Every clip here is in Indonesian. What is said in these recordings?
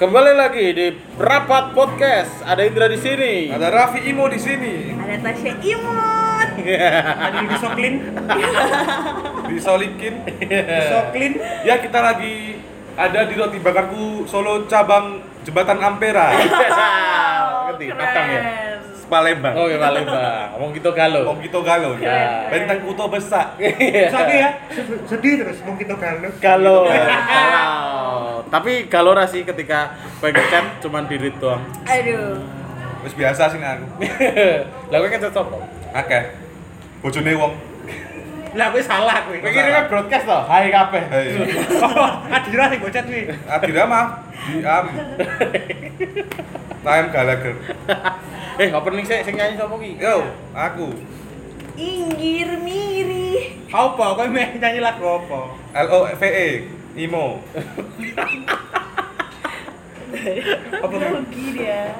Kembali lagi di Rapat Podcast. Ada Indra di sini. Ada Raffi Imo di sini. Ada Tasya Imut. Adil disoklin, Disolikin. disoklin. Ya kita lagi ada di roti bakarku Solo cabang Jembatan Ampera. Ngerti, Oh, keren. Patang ya. Palembang. Oke, Oh, iya, Pak Bang. Ngomong gitu kalau. Oh, iya. Om Gito Galau. Ya. Bentang Kuto Besak. Sakit ya, Sed- sedih terus mungkin tuh galau. Gitu, Kalau. Tapi kalau rasi ketika pegang cam cuman di read doang. Aduh. Wis biasa sih nek aku. Lah kowe kan cocok. Akeh. Bojone wong. Lah gue salah gue. Iki kan broadcast toh. Hai kabeh. Hei. Adira Oh, sih gue chat nih. Adira mah di am. Time Gallagher. Eh, opening sih sing nyanyi sapa ki? Yo, aku Inggir miri. Apa? Kau main nyanyi lagu apa? L O V E Imo. Apa? Rugi dia.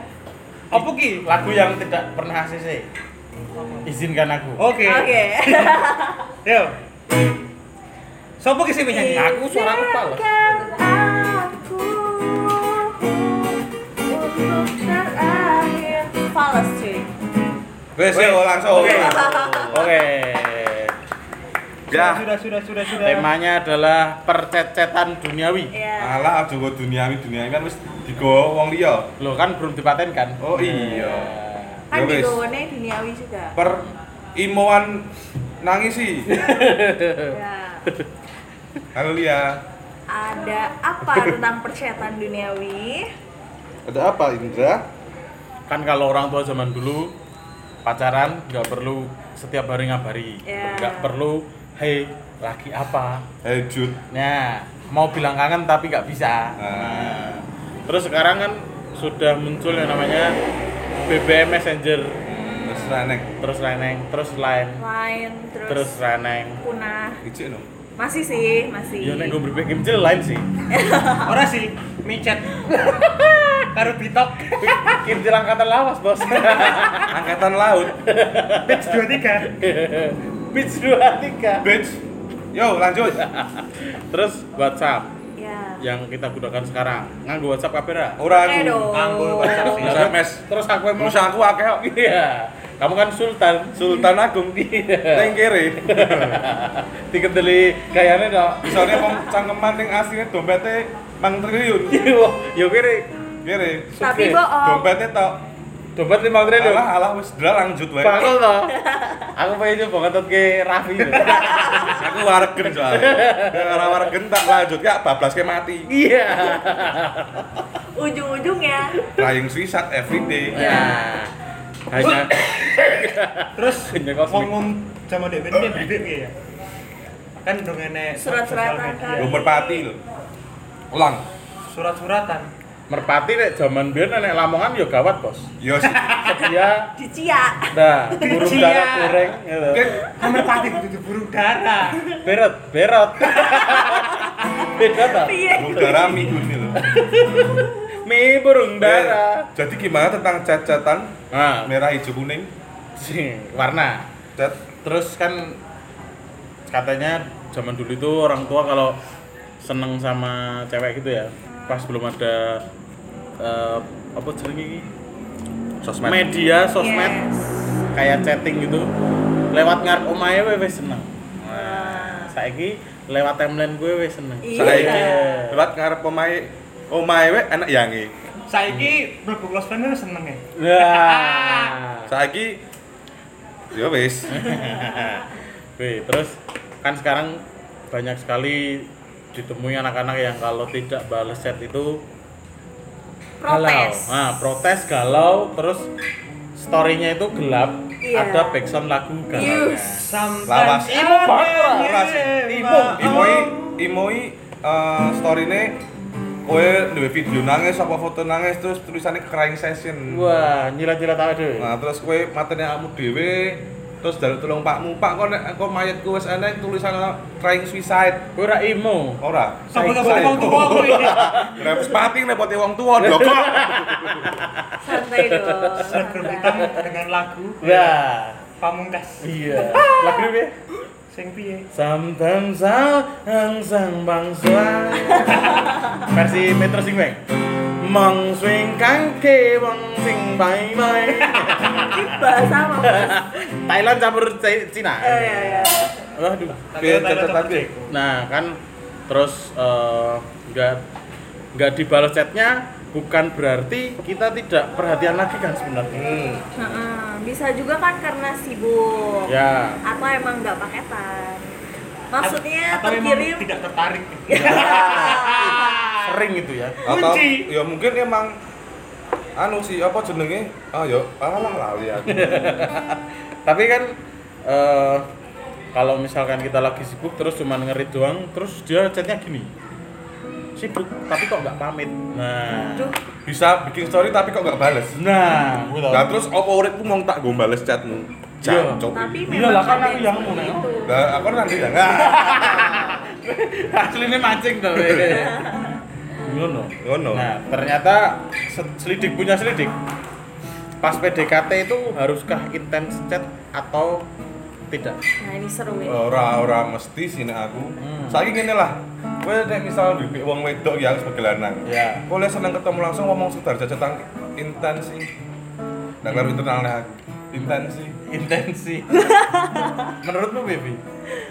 Apa ki? Lagu yang tidak pernah ACC. Izinkan aku. Oke. Oke. Yo. Sopo ki sih nyanyi? Aku suaraku pala. Izinkan aku untuk terakhir. Fales cuy. Wes yo langsung. Oke. Oke. Sudah, Ya. Sudah sudah sudah sudah. Temanya adalah percecetan duniawi. Ya. Alah aja kok duniawi duniawi kan wis digowo wong liya. Loh kan belum dipatenkan. Oh, iya. Ya, Kan di wis. gowone duniawi juga. per imoan nangis sih Ya. halo Lia Ada apa tentang persetan duniawi? ada apa Indra kan kalau orang tua zaman dulu pacaran nggak perlu setiap hari ngabari Ya. nggak perlu hey lagi apa hey Jude nah mau bilang kangen tapi nggak bisa Ah. Nah, terus sekarang kan sudah muncul yang namanya BBM Messenger terus Raneng terus reneng terus lain Lain terus, terus reneng punah. Icik no Masih sih, masih. ya nek gue berpikir kecil lain sih Ora sih, micet. Karo bitok. kecil angkatan lawas bos angkatan laut Batch 23. Beach 23 bitch yo lanjut terus WhatsApp Ya. yang kita gunakan sekarang nganggo WhatsApp kamera ora aku Eh dong. Anggur WhatsApp sih. Terus mes. terus aku emang Terus aku akeh kok. Iya. Kamu kan sultan, sultan agung dia. Teng kiri, Dikendeli kayaknya dok. misalnya mau cangkeman ting aslinya dompetnya mang triliun Iya, Yo kiri, kiri, Tapi Oke. bohong. dompetnya tok, dompet lima triliun. alah alah wis udah lanjut wae, Bakul toh. Aku pengen coba ngetot ke Raffi. toh. aku wargen soalnya, ora wargen tak lanjut ya bablas ke mati, Iya. Ujung-ujungnya trying suicide everyday, Ya. Hanya Terus Ini kosmik. ngomong sama dek ben bibit ya. Kan dong enek Surat-suratan sosial kan. Yo media. merpati lho. Ulang. Surat-suratan. merpati nek zaman biar nenek Lamongan yo gawat bos. Yo Ya, sih. Dia dicia. nah burung Iya. darah goreng gitu. Mungkin Kamar pati kudu burung darah. Berot, berot. Beda toh. Iya. udara minggu ini lho. Mi burung Eh, darah. Jadi gimana tentang cat-catan Nah, merah hijau kuning? warna. Cat terus kan katanya zaman dulu itu orang tua kalau seneng sama cewek gitu ya pas belum ada eh, apa jenenge ini sosmed. media sosmed Yes. kayak chatting gitu lewat ngarep omahe we wis seneng Nah, saiki lewat timeline gue wis seneng Iya. Saiki lewat ngarep omahe omahe ya, we anak yange. Saiki mlebu close friend itu seneng ya. Nah. Saiki ya wis. Weh, terus kan sekarang banyak sekali ditemui anak-anak yang kalau tidak balas chat itu Protes. galau. Nah, protes galau terus story-nya itu gelap, Iya. ada backsound lagu galau. Yus. Lawas. Sometimes Imo banget, Ra. Ora sih. iya. Imo. Imoi imoi eh storyne kowe duwe video nangis apa foto nangis terus tulisannya crying session. Wah, nyilat-nyilat awake dhewe. Nah, terus kowe matenya kamu dhewe, terus daluk tolong pakmu, Pak kok nek engko mayitku wis eneng tulisan trying suicide. Kowe ora imo. Ora. Sampai-sampai wong tua aku ini. Lah wis pati repote e wong tua lho kok. Santai dong. Snapgram santai. hitam dengan lagu Ya. Wah. Pamungkas. Ya, Iya. Lagu piye? Sing piye? Samtam sang sang bangsa. Versi Metro Sing Bang. Mengswingkangke wong sing bai-bai. Ini bahasa apa mas? Thailand campur C- Cina. Eh, ya, ya. Waduh. Biar catatan biar. Nah kan terus eh, nggak nggak dibalas chatnya bukan berarti kita tidak perhatian lagi kan sebenarnya. Hmm. Heeh, Bisa juga kan karena sibuk Ya. atau emang nggak paketan. Maksudnya atau memang terkirim. Iya. tidak tertarik Sering itu ya. Atau Kunci. ya mungkin emang anu sih apa jenenge? Ah ya alah lali aku. Tapi kan eh, kalau misalkan kita lagi sibuk terus cuma ngerit doang terus dia chatnya gini. Sibuk tapi kok nggak pamit. Nah. Duh, Bisa bikin story tapi kok gak bales. Nah, gue tau. Lah terus opo uripku mong tak go bales chatmu? Iya. Jancok. tapi Iya memang lah, kan ada aku yang seperti mau nengok. itu. Lah aku nanti ya enggak. Aslinya mancing tuh. Ngono. Ngono. Nah, ternyata se- selidik punya selidik. Pas PDKT itu haruskah intens chat atau tidak? Nah ini Oh. seru ini. ora ora mesti sih nek aku Hmm. saiki ngene lah kowe nek misal bibik wong wedok ya sebagai lanang Ya. kowe seneng ketemu langsung ngomong sekedar jajetan intensi ndak karo internal nek aku intensi Intensi. Menurutmu, Bibi?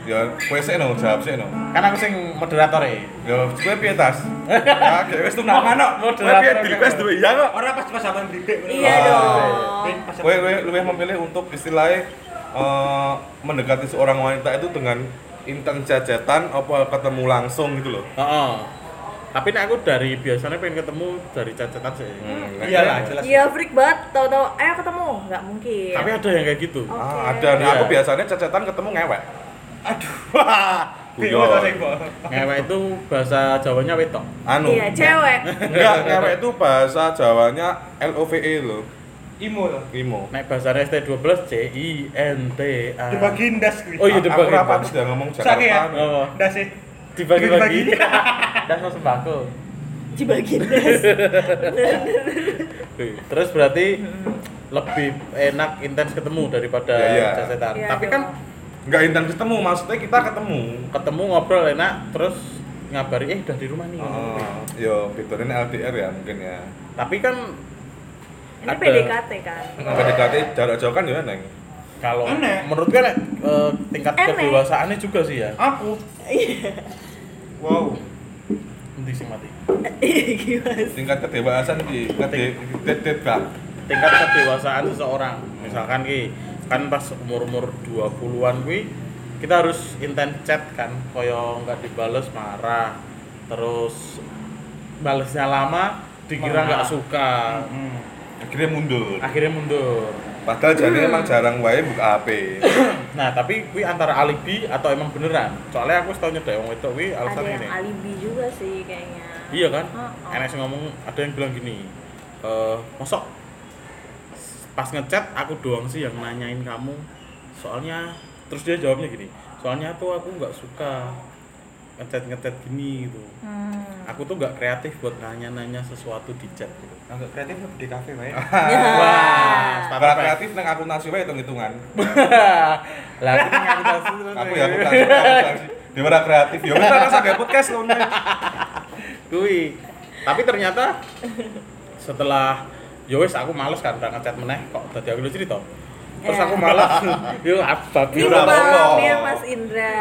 ya kowe sik no jawab sik no Kan aku sing moderator ya. ya kowe piye tas ya kowe wis tunak manok kowe Moderator piye kan. di request duwe iya kok orang pas pasapan bibik Iya Ah, dong. kowe kowe lebih memilih untuk istilahnya eh, mendekati seorang wanita itu dengan intens jajetan apa ketemu langsung gitu loh Heeh. Tapi nek aku dari biasanya pengen ketemu dari chat-chatan sih. gitu. Hmm, iyalah nek- jelas Iya freak banget, tau-tau ayo ketemu, nggak mungkin. Tapi ada yang kayak gitu. Oh. Oke. Ah, ada. Nah, aku Iya. biasanya cecetan ketemu ngewek. Iya. aduh Guyon. Dewa tau sih, Bo. Ngewek itu bahasa Jawanya wetok. Anu. Iya cewek. Enggak, ngewek itu bahasa Jawanya LOVE loh. imo loh Limo. Nek bahasa ST12 C I N T A. dibagi indas kuwi. Ah. Oh, iya. Aku dibagi. rapat sudah ngomong Saking ya? Jakarta. Oh, indas sih dibagi-bagi. Dibagi. Dan sembako. Dibagi des. Terus berarti lebih enak intens ketemu daripada Ya, iya. cacetan. Iya, Tapi dong. kan Enggak intens ketemu, maksudnya kita ketemu. ketemu ngobrol enak, terus ngabari eh udah di rumah Iya. nih. Oh, yo bedanya ini LDR ya mungkin ya. Tapi kan Ini Ada. PDKT kan. PDKT Nah, jarak jauh kan ya neng. kalau Enak. menurut gue nek, eh, tingkat Enak. kedewasaannya juga sih ya. aku wow Nanti sing mati. Iya, Gimana? sih? Tingkat kedewasaan di kede dedet bang. Tingkat kedewasaan seseorang, misalkan ki kan pas umur-umur 20-an kuwi kita harus intens chat kan, koyo nggak dibales marah. Terus balesnya lama dikira nggak Marah. Ah, suka. hmm. Akhirnya mundur. Akhirnya mundur. Padahal jadi emang jarang wae buka HP. Nah, tapi kuwi antara alibi atau emang beneran. Soalnya aku setahun nyedek wong wedok kuwi Ada alasan yang ini. alibi juga sih kayaknya. Iya kan? Heeh. Enek sing ngomong ada yang bilang gini. Eh, mosok pas ngechat aku doang sih yang nanyain kamu. Soalnya terus dia jawabnya gini. Soalnya tuh aku nggak suka ngechat-ngechat gini gitu. Hmm. Aku tuh nggak kreatif buat nanya-nanya sesuatu di chat gitu. agak kreatif lebih di kafe ya. wae Ah. Wah, Nah. Para kreatif neng aku nasi wae hitung-hitungan. Lah, aku nih aku kasih terus aku nih. ya aku kasih dia ora kreatif ya kita rasa gak podcast loh nih Kui. Tapi ternyata setelah ya wis aku males kan udah ngechat meneh kok dadi aku lu cerita. Terus aku malas yo aku babi Ini ora. Ora. pengalaman apa-apa. ya Mas Indra.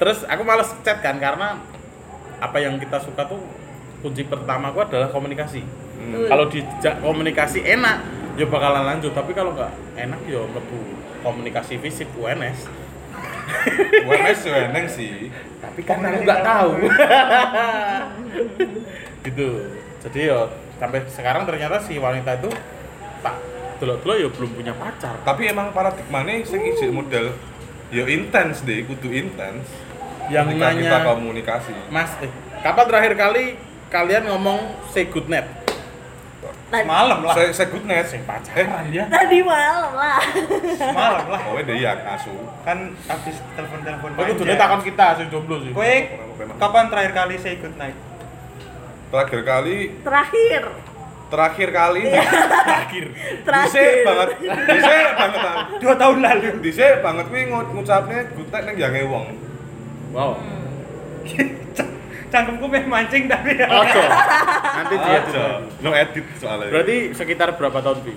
Terus aku males chat kan karena apa yang kita suka tuh kunci pertama gua adalah komunikasi. Betul. Hmm. Kalau dijak komunikasi enak ya bakalan lanjut, tapi kalau nggak enak ya mlebu komunikasi fisik UNS. UMS ya neng sih Tapi karena aku nggak tahu. gitu. Jadi ya sampai sekarang ternyata si wanita itu tak delok-delok ya belum punya pacar. tapi emang paradigmanya sing ijik model ya intens deh kudu intens Yang ketika nanya, kita komunikasi Mas, eh, kapan terakhir kali kalian ngomong say good night? Tadi, malam lah saya saya good net Sing eh pacaran ya. tadi malam lah. malam lah kowe deh ya asu kan habis telepon-telepon Aku dulu manja. takon kita sing jomblo sih. Kowe kapan terakhir kali say good night? terakhir kali Terakhir. terakhir kali terakhir. Terakhir. dhisik banget dhisik banget Ang. Dua tahun lalu. dhisik banget kuwi ngu- ngucapne good night neng jange wong Wow. cangkemku pengen mancing tapi ya. Ojo. Nanti dia aja juga. no edit soalnya ya, Berarti sekitar berapa tahun Bi?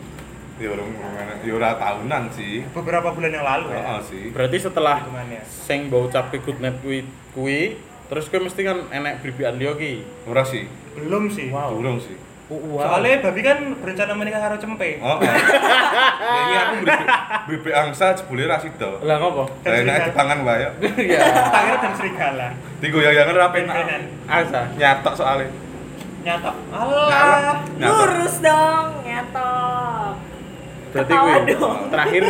ya orang orang- ya orang tahunan sih Beberapa bulan yang lalu ya. Heeh sih Berarti setelah Hitungannya. sing mbok ucapke good night kuwi kuwi terus kowe mesti kan enek bribikan liya ki. ora sih Belum sih. Wow. durung sih Soalnya babi kan berencana menikah karo cempe. Oh, eh. Ya, ini aku bibik bibik angsa jebule ra sida. Lah ngopo? Lah enak dipangan wae. yuk. Ya. Tangan dan serigala. Digo yang ra Ben-benan. penak. Asa. Nyatok soalnya. Nyata. Nyatok. Alah. Nyatok. Lurus dong, nyatok. Berarti Ketawa kuwi dong. terakhir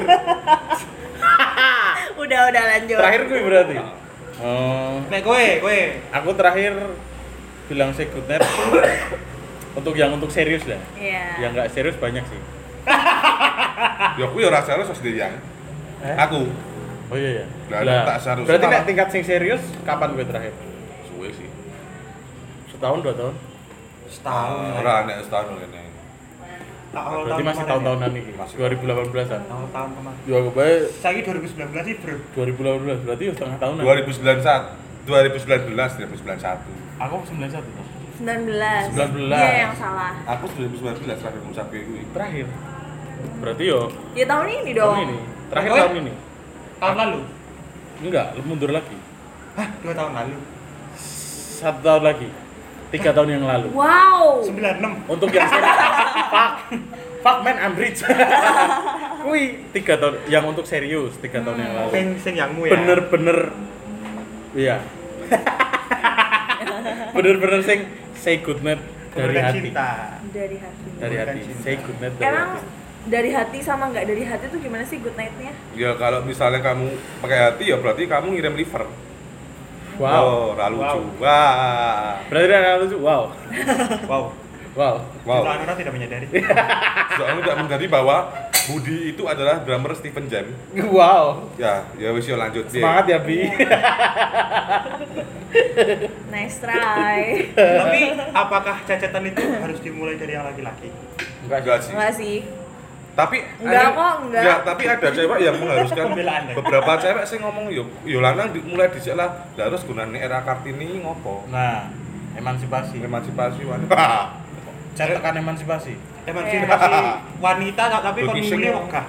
Udah udah lanjut. terakhir kuwi berarti. Oh. Nek kowe, kowe. Aku terakhir bilang say good night untuk yang untuk serius lah. Iya. Yang nggak serius banyak sih. Ya aku ya ora serius wis yang. Ah. Eh? Aku Oh iya ya. Lah, tak serius. Berarti nek Malah- tingkat sing serius kapan gue terakhir? suwe sih. Setahun dua tahun? Setahun. Ah, Ora nek setahun kene. Tak awal Berarti masih kemarin ya. tahun-tahunan ini. Masih. 2018-an. Awal tahun kemarin. Ya aku bae Saiki 2019 sih, Bro. 2018 berarti ya setengah tahunan. 2091, 2019, 2091. Aku 91 toh. 19. 19. Dia Iya, yang salah. Aku 2019 terakhir ngucap kayak gue. Terakhir. Berarti yo Ya tahun ini dong. tahun ini. Terakhir Pokoknya- tahun ini. Tahun lalu. Enggak, lu mundur lagi. Hah, 2 tahun lalu. Satu tahun lagi. Tiga tahun yang lalu. Wow. 96. Untuk yang serius. fuck. Fuck man, I'm rich. Kui tiga tahun yang untuk serius tiga tahun yang lalu. Sing sing yangmu ya. bener-bener iya bener-bener sing say good night dari Kemudian hati cinta. Dari hati. dari Bukan hati cinta. say good night dari Emang hati dari hati sama nggak dari hati tuh gimana sih good night-nya? Ya kalau misalnya kamu pakai hati ya berarti kamu ngirim liver. wow Oh, ra lucu. Wah. berarti ada lucu wow Wow. wow Wow. Cinta Anura tidak menyadari. Soalnya tidak menyadari bahwa Budi itu adalah drummer Steven Jam. wow Ya, ya wis yuk lanjut Ye. semangat ya bi Iya. Nice try. Tapi apakah cacatan itu harus dimulai dari yang laki-laki? Enggak sih. Enggak sih. Tapi Enggak ada- kok, enggak. Ya, tapi ada cewek yang mengharuskan Pembelaan, ya. beberapa cewek sih ngomong yo yo lanang di- mulai dhisik lah. Lah terus gunane era Kartini ngopo? nah emansipasi Emansipasi wae. cetakan emansipasi Emansipasi wanita tak- tapi Booking konmule sing- ogah.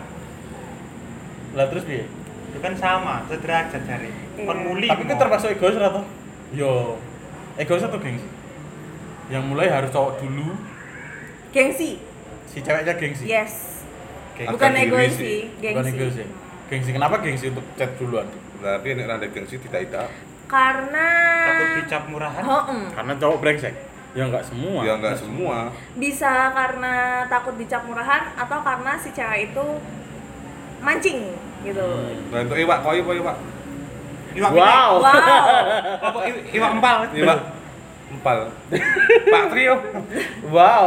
lah terus bi Itu kan sama, sederajat jare. Iya. Konmuli. tapi itu termasuk egois atau yo egois atau gengsi yang mulai harus cowok dulu Gengsi. si ceweknya gengsi Yes. Gengsi. Bukan Akan egois diri sih. Iya, sih, bukan gengsi. egois ya gengsi kenapa gengsi untuk chat duluan Tapi nek rada gengsi tidak-tidak. Karena takut dicap murahan. Heem. karena cowok brengsek ya nggak semua Ya enggak semua. Bisa karena takut dicap murahan atau karena si cewek itu mancing gitu. Nah, untuk iwak koi apa iwak? Iwak wow Wow. pitik. Apa i- iwak empal? Iwak empal. Pak Trio. wow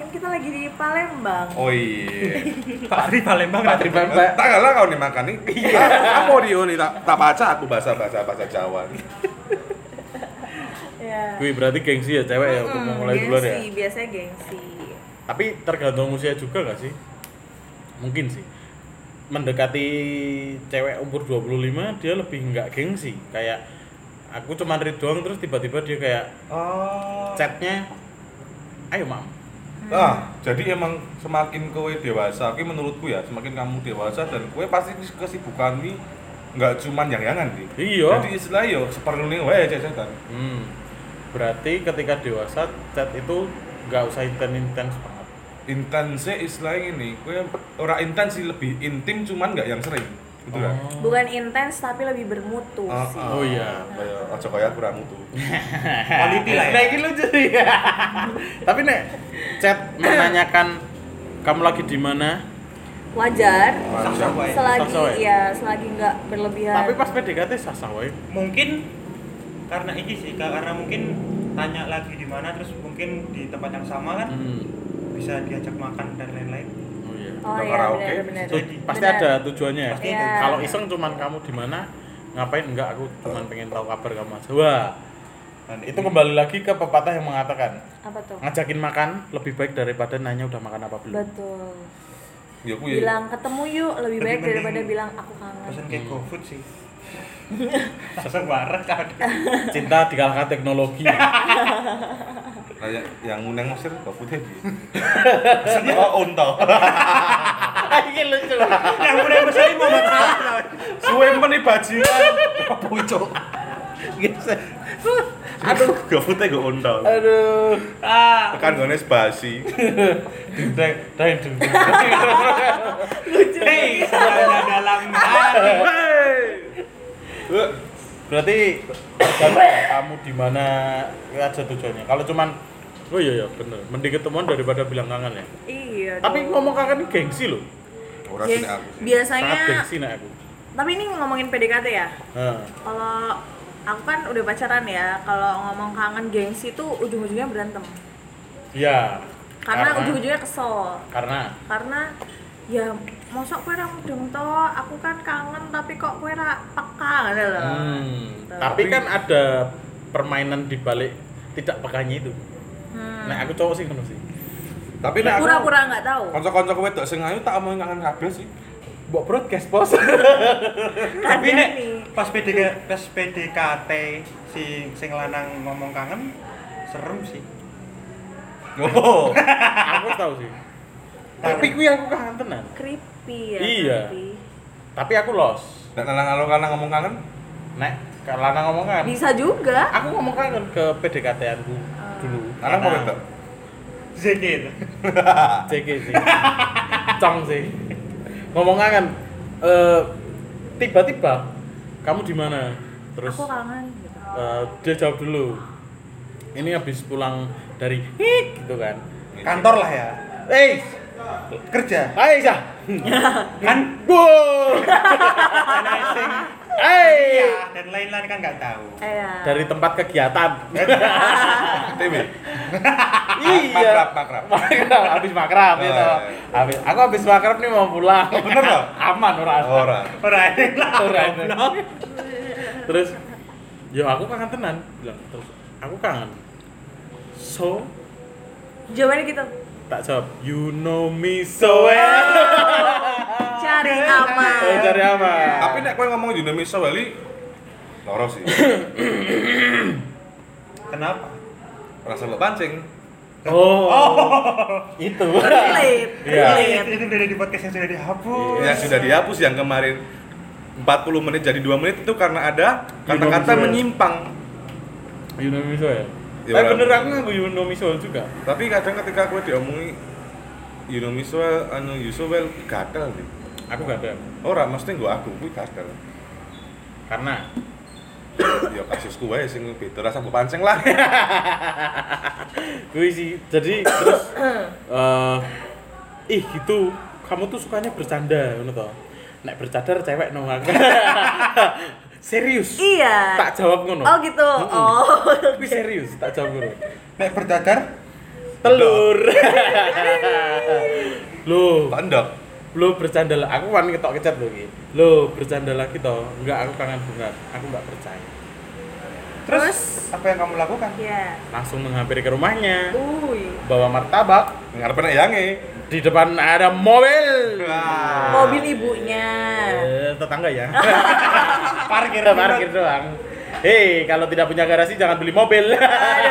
Kan kita lagi di Palembang. Oh iya. Eh, Pak Tri Palembang Pak Tri Pempek Tak kalah kau nih makan nih. Iya. Apa Rio nih tak tak baca aku bahasa bahasa bahasa Jawa. Ya. Wih berarti gengsi ya cewek ya untuk Mm-mm, memulai duluan ya gengsi, biasanya gengsi. tapi tergantung usia juga nggak sih mungkin sih mendekati cewek umur 25 dia lebih nggak gengsi kayak aku cuma read doang terus tiba-tiba dia kayak Oh. chatnya ayo mam Nah, jadi emang semakin kowe dewasa, ki menurutku ya, semakin kamu dewasa dan kowe pasti kesibukan ini nggak cuman yang-yangan nih. Iya. Jadi istilahnya yo seperlunya wae cecetan. hmm. berarti ketika dewasa chat itu nggak usah intens-intens banget Intense istilahnya ini, kowe ora intens sih lebih intim cuman nggak yang sering. Betul kan? Bukan intens tapi lebih bermutu Ah, sih. ah, Oh iya. Kaya aja kaya kurang mutu. Quality lah ya. Nah, ini lucu ya. Tapi nek chat menanyakan kamu lagi di mana? Wajar. Sah-sah wae. Selagi Sosok ya? ya, selagi nggak berlebihan. Tapi pas PDKT sah-sah wae. Mungkin karena iki sih, karena mungkin tanya lagi di mana terus mungkin di tempat yang sama kan Hmm. bisa diajak makan dan lain-lain. Oh iya. Oh Atau iya, karaoke. benar, benar. Tu- pasti Benar. ada tujuannya ya. Pasti ada. Kalau iseng cuman kamu di mana? Ngapain enggak aku cuman pengen tahu kabar kamu aja. Wah, Dan itu kembali lagi ke pepatah yang mengatakan Apa tuh? ngajakin makan lebih baik daripada nanya udah makan apa belum. Betul. Ya kuwi. Bilang ketemu yuk lebih Lebih baik daripada mending bilang aku kangen. pesan kayak GoFood sih. Sosok warek kan. Cinta dikalahkan teknologi. Kayak yang nguneng mesir kok putih. Seneng Ya, unta. Ini lucu. Yang mulai besar ini Muhammad Salah. Suwe meni bajingan. Apa cuk? Aduh, gak putih gak unta. Aduh. Ah. Tekan gone basi. Deng deng deng. lucu Hei, sebenarnya dalam hati. Eh, Berarti tergantung kamu di mana aja tujuannya. Kalau cuman Oh iya ya bener, mending ketemuan daripada bilang kangen ya. iya Tapi dong. ngomong kangen ini gengsi loh, Ora Geng- sini aku. sih. sangat biasanya gengsi nek aku. tapi ini ngomongin PDKT ya Heeh. kalau aku kan udah pacaran ya kalau ngomong kangen gengsi tuh ujung-ujungnya berantem Iya. karena, ujung-ujungnya kesel karena karena ya mosok kowe ra mudeng to aku kan kangen tapi kok kowe ra peka ngono lho Hmm, Gitu. tapi kan ada permainan di balik tidak pekanya itu. Hmm. Nah, aku cowok sih ngono sih. Tapi nek Nah, aku pura-pura nggak tahu kanca-kanca wedok sing ayu tak omongin kangen kabeh sih. Mbok broadcast, Bos. Kan Tapi Kadang nek nih. pas PDK pas PDKT si sing lanang ngomong kangen serem sih. Oh. aku tahu sih. Tapi kuwi aku kangen tenan. creepy ya Iya. creepy. Tapi aku los. Nek lanang-lanang ngomong kangen, Nek kalau lanang ngomong kangen, bisa juga aku ngomong kangen ke PDKT-anku dulu. lanang apa Karena- ah. wedok? ZG itu. CG sih. Cong sih. Ngomong kangen eh, tiba-tiba kamu di mana? Terus aku kangen gitu. eh, dia jawab dulu. Ini habis pulang dari hik gitu kan. Kantor lah ya. Eh, Kerja. Hai Syah. Kan Bu. karena sing Hey. ya dan lain-lain kan nggak tahu. eh, ya. Dari tempat kegiatan. TV. Makrab, iya. makrab. Makrab, habis makrab Oh, itu. iya. Habis aku habis makrab nih mau pulang. Bener toh? Aman ora. Ora. Orang lain lah. Ora. goblok. Terus yo aku kangen tenan bilang terus aku kangen. So jawabannya gitu tak jawab you know me so well. Oh. cari aman Oh, cari apa? Tapi nek kowe ngomong dinamis Wali loro sih. Kenapa? Rasa lo pancing. Oh. Itu. relate Iya. relate Itu udah ada di podcast yang sudah dihapus. Yang Ya sudah dihapus yang kemarin 40 menit jadi 2 menit itu karena ada kata-kata Dinamis Wali. menyimpang. You know me so well. Ya, Tapi orang- bener aku nganggo you know me so well juga. Tapi kadang ketika kowe diomongi You know me so well, anu you so well, gatel nih. Aku gak ada. Ora, mesti nggo aku kuwi gatel. Karena Ya kasusku wae sing beda rasa mbok pancing lah. gue sih jadi terus eh ih gitu kamu tuh sukanya bercanda ngono toh nek bercadar cewek nong aku. serius iya tak jawab ngono oh gitu oh Wih, serius tak jawab ngono Nek berdadar telur lo Tandok. lo bercanda lah aku kan ketok kecet lo ki lo bercanda lagi toh enggak aku kangen bunga aku enggak percaya terus, Terus? apa yang kamu lakukan? ya langsung menghampiri ke rumahnya uy bawa martabak Ngarepe nek yange. di depan ada mobil Ah. Wah. mobil ibunya Eh, tetangga ya Parkir Kita parkir doang. Hei, kalau tidak punya garasi jangan beli mobil.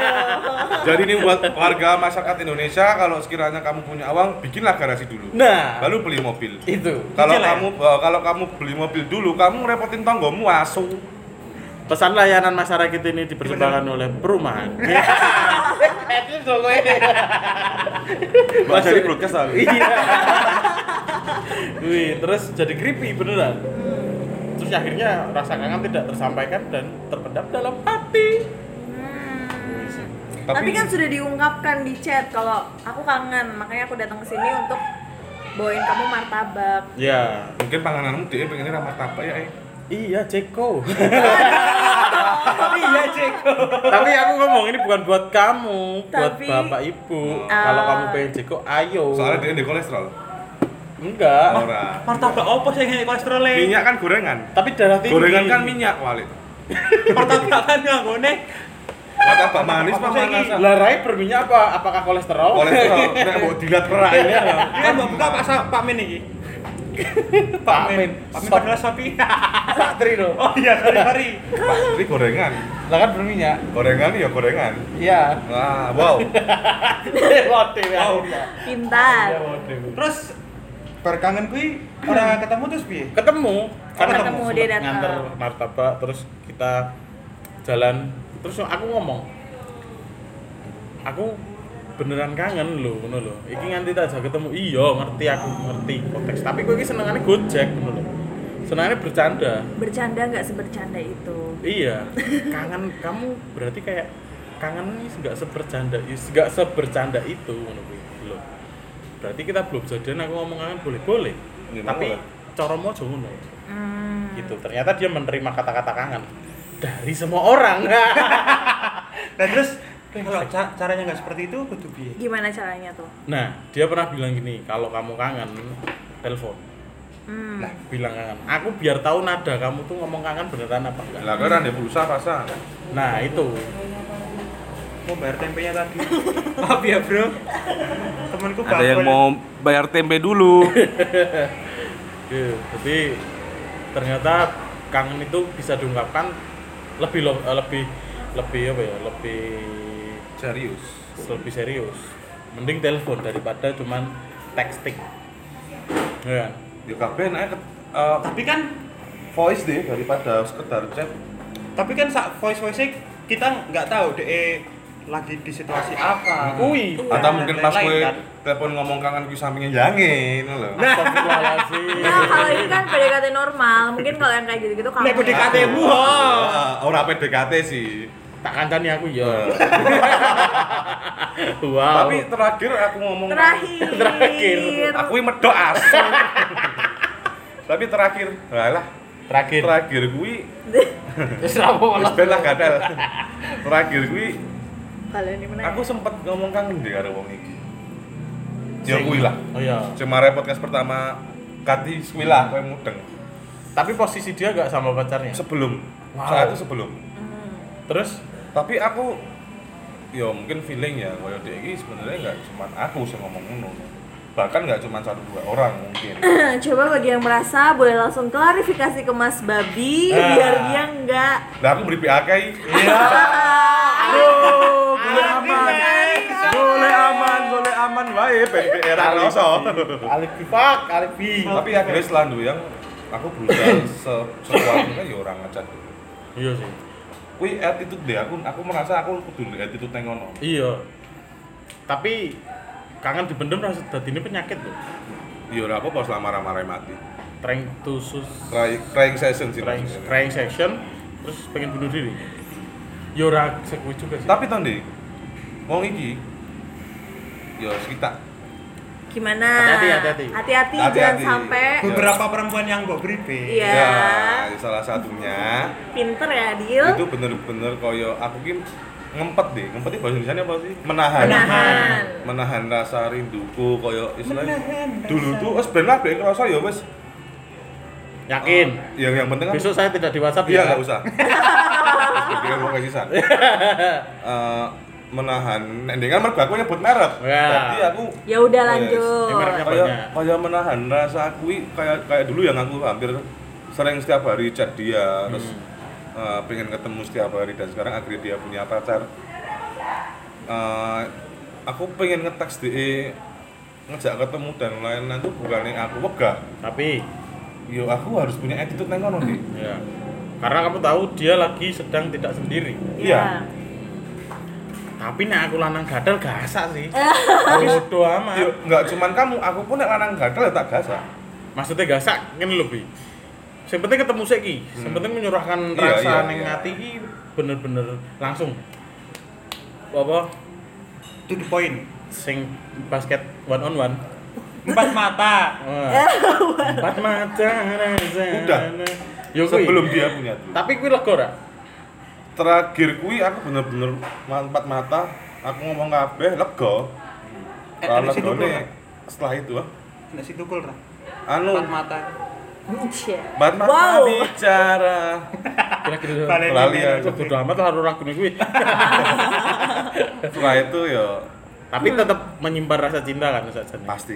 Jadi ini buat warga masyarakat Indonesia kalau sekiranya kamu punya uang, bikinlah garasi dulu. Nah. baru beli mobil. Itu. Kalau Cicil ya? kamu eh, kalau kamu beli mobil dulu, kamu repotin tanggomu asu. Pesan layanan masyarakat ini dipersembahkan oleh perumahan. eh. Mbak dari broadcast tapi. Iya. Wih, terus jadi creepy beneran. Hmm. Terus akhirnya rasa kangen tidak tersampaikan dan terpendam dalam hati. Hmm. Tapi- Tapi, kan sudah diungkapkan di chat kalau aku kangen, makanya aku datang ke sini untuk bawain kamu martabak. Ya. Mungkin pangananmu dia pengen ramah martabak ya. eh. Iya, Ceko. iya, Ceko. Tapi aku ngomong ini bukan buat kamu, buat Tapi- bapak ibu. Ah. Kalau kamu pengen Ceko, ayo. Soalnya dia ada kolesterol. enggak. Ora. Martabak opo sih yang kolesterol Minyak kan gorengan. Tapi darah tinggi. Gorengan kan minyak, Walid. Martabak kan nganggone Martabak manis apa Apa manis? sih? Lah, rai berminyak apa? Apakah kolesterol? Kolesterol. Nek mau dilihat perak ya. Ini kan mau buka Pak Sa- Pak Min iki. Pak Min. Pak Min Sop. adalah sapi. Satri loh. oh iya sorry sorry Pak, ini gorengan. Lah kan berminyak. Gorengan ya gorengan. Iya. Wah, wow. Waduh ya. Wow. Iya, pintar waduh. terus perkangen kui orang ketemu terus piye Ketemu, karena ketemu, dia sempet datang. nganter martabak terus kita jalan terus aku ngomong aku beneran kangen lho ngono lho. Iki nganti tak ajak ketemu. Iya, ngerti aku ngerti konteks. Tapi kowe iki senengane gojek ngono lho. Senengane bercanda. bercanda nggak sebercanda itu Iya, kangen kamu berarti kayak kangen nih nggak sebercanda, nggak sebercanda itu ngono kuwi. Belum. Berarti kita belum jadian aku ngomong kangen boleh boleh. Gimana Tapi lah? cara mojo ngono ya. Hmm. gitu. Ternyata dia menerima kata-kata kangen dari semua orang. dan terus kalau ca- caranya nggak seperti itu kudu piye gimana caranya tuh nah, dia pernah bilang gini, kalau kamu kangen telepon. hmm. Nah, bilang kangen. Aku biar tahu nada kamu tuh ngomong kangen beneran apa enggak. Lah kan ada pulsa pasar. Nah, itu. mau bayar tempenya tadi maaf ya bro temanku Ada yang bakul. mau bayar tempe dulu. Iya, Jadi ternyata kangen itu bisa diungkapkan lebih lo- eh, lebih lebih apa ya? Lebih Serius. lebih serius. Mending telepon daripada cuman texting. Ya. kan? Di kabeh naik eh, tapi kan voice deh daripada sekedar chat. tapi kan sak voice voice kita nggak tahu deh lagi di situasi apa Kui. Hmm. Atau mungkin pas Lain-lain gue kan. telepon ngomong kangen gue sampingnya jange ngono lho. Nah. Astagfirullahaladzim. Nah, kalau ini kan PDKT normal, mungkin kalau yang kayak gitu-gitu kamu Nek Nah, PDKT mu, ha. Ah, Ora PDKT sih. tak kancani aku ya. Eh, Wow. Tapi terakhir aku ngomong terakhir. Terakhir. aku ini medok asu. Tapi terakhir, lah terakhir. terakhir gue Wis ra apa-apa wis lah. ben lah gatel. Terakhir gue Kalau ini menang. aku sempet ngomong kangen deh karo wong iki. Ya Sing- kuwi lah. Oh iya. Cuma repot podcast pertama Kati kuwi lah kowe mudeng. Tapi posisi dia gak sama pacarnya. Sebelum. Wow. Saat itu sebelum. Terus Tapi aku ya mungkin feeling ya kalau dia ini sebenarnya nggak cuma aku yang ngomong ngono. Bahkan nggak cuma satu dua orang mungkin. Coba bagi yang merasa boleh langsung klarifikasi ke Mas Babi Ah. Iya. biar dia enggak Lah aku beri PAK ini. aduh, boleh aman. Boleh aman, boleh aman wae PPR iso. Alibi fuck, alibi. Tapi akhirnya setelah yang aku berusaha se sekuat mungkin ya orang ngecat dulu. Iya sih. Kuwi attitude deh aku aku merasa aku kudu ndek attitude nang ngono. Iya. Tapi kangen dibendem rasa dadi ini penyakit loh. Ya ora apa-apa selama marah-marah mati. Trying to sus Trying trying session sih. trying, maksudnya. trying section terus pengen bunuh diri. Yo ora sekuwi juga sih. Tapi tau deh, wong iki ya kita gimana? Hati-hati, hati-hati. Hati-hati, jangan Hati-hati. sampai beberapa perempuan yang bawa beribe Iya. ya, salah satunya pinter ya, Dil. itu bener-bener koyo aku ki ngempet deh, ngempet itu bahasa Indonesia apa sih? Menahan. Menahan. Menahan rasa rinduku koyo istilahnya. Menahan rasa. Dulu tuh wis ben lah dek ngerasa ya wis. Yakin. eh, yang yang penting kan Besok saya tidak di WhatsApp Iya ya. nggak usah. Sepertinya mau kesisan. Eh, menahan nendengan mergo aku nyebut merek. Ya. Berarti aku Ya udah Yes. lanjut. Ya, mereka- banyak. kayak kayak menahan rasa aku i- kayak kayak dulu yang aku hampir sering setiap hari chat dia terus eh, pengen ketemu setiap hari dan sekarang akhirnya dia punya pacar Eh, aku pengen ngeteks dia E, ngejak ketemu dan lain-lain tuh bukan yang aku wegah Tapi yo aku harus punya attitude neng kono Dik. Ya. Karena kamu tahu dia lagi sedang tidak sendiri. Iya. Tapi nek aku lanang gadel gasak sih. Bodoh Yo, amat. nggak cuman kamu aku pun yang lanang gatel ya tak gasak Maksudnya gasak ngene lho, Bi. Sing penting ketemu seki, sing penting menyurahkan Iya, rasa iya, neng iya. ati iki bener-bener langsung. Apa to the point sing basket one on one. empat mata Wah. Empat mata rasa. Udah. Yo kuwi. sebelum dia punya attitude. Tapi kuwi lega ora? terakhir kui aku bener-bener empat mata aku ngomong kabeh lega Eh, Kalau dari situ legone, keluar. setelah itu ah. nggak Nah, situ kul lah anu empat mata Iya. empat mata Wow. bicara Kira-kira Balik Iya. lali ya, ini. aku. bodoh amat lah ragune kuwi. setelah itu ya Tapi tetap menyimpan rasa cinta kan sajane. pasti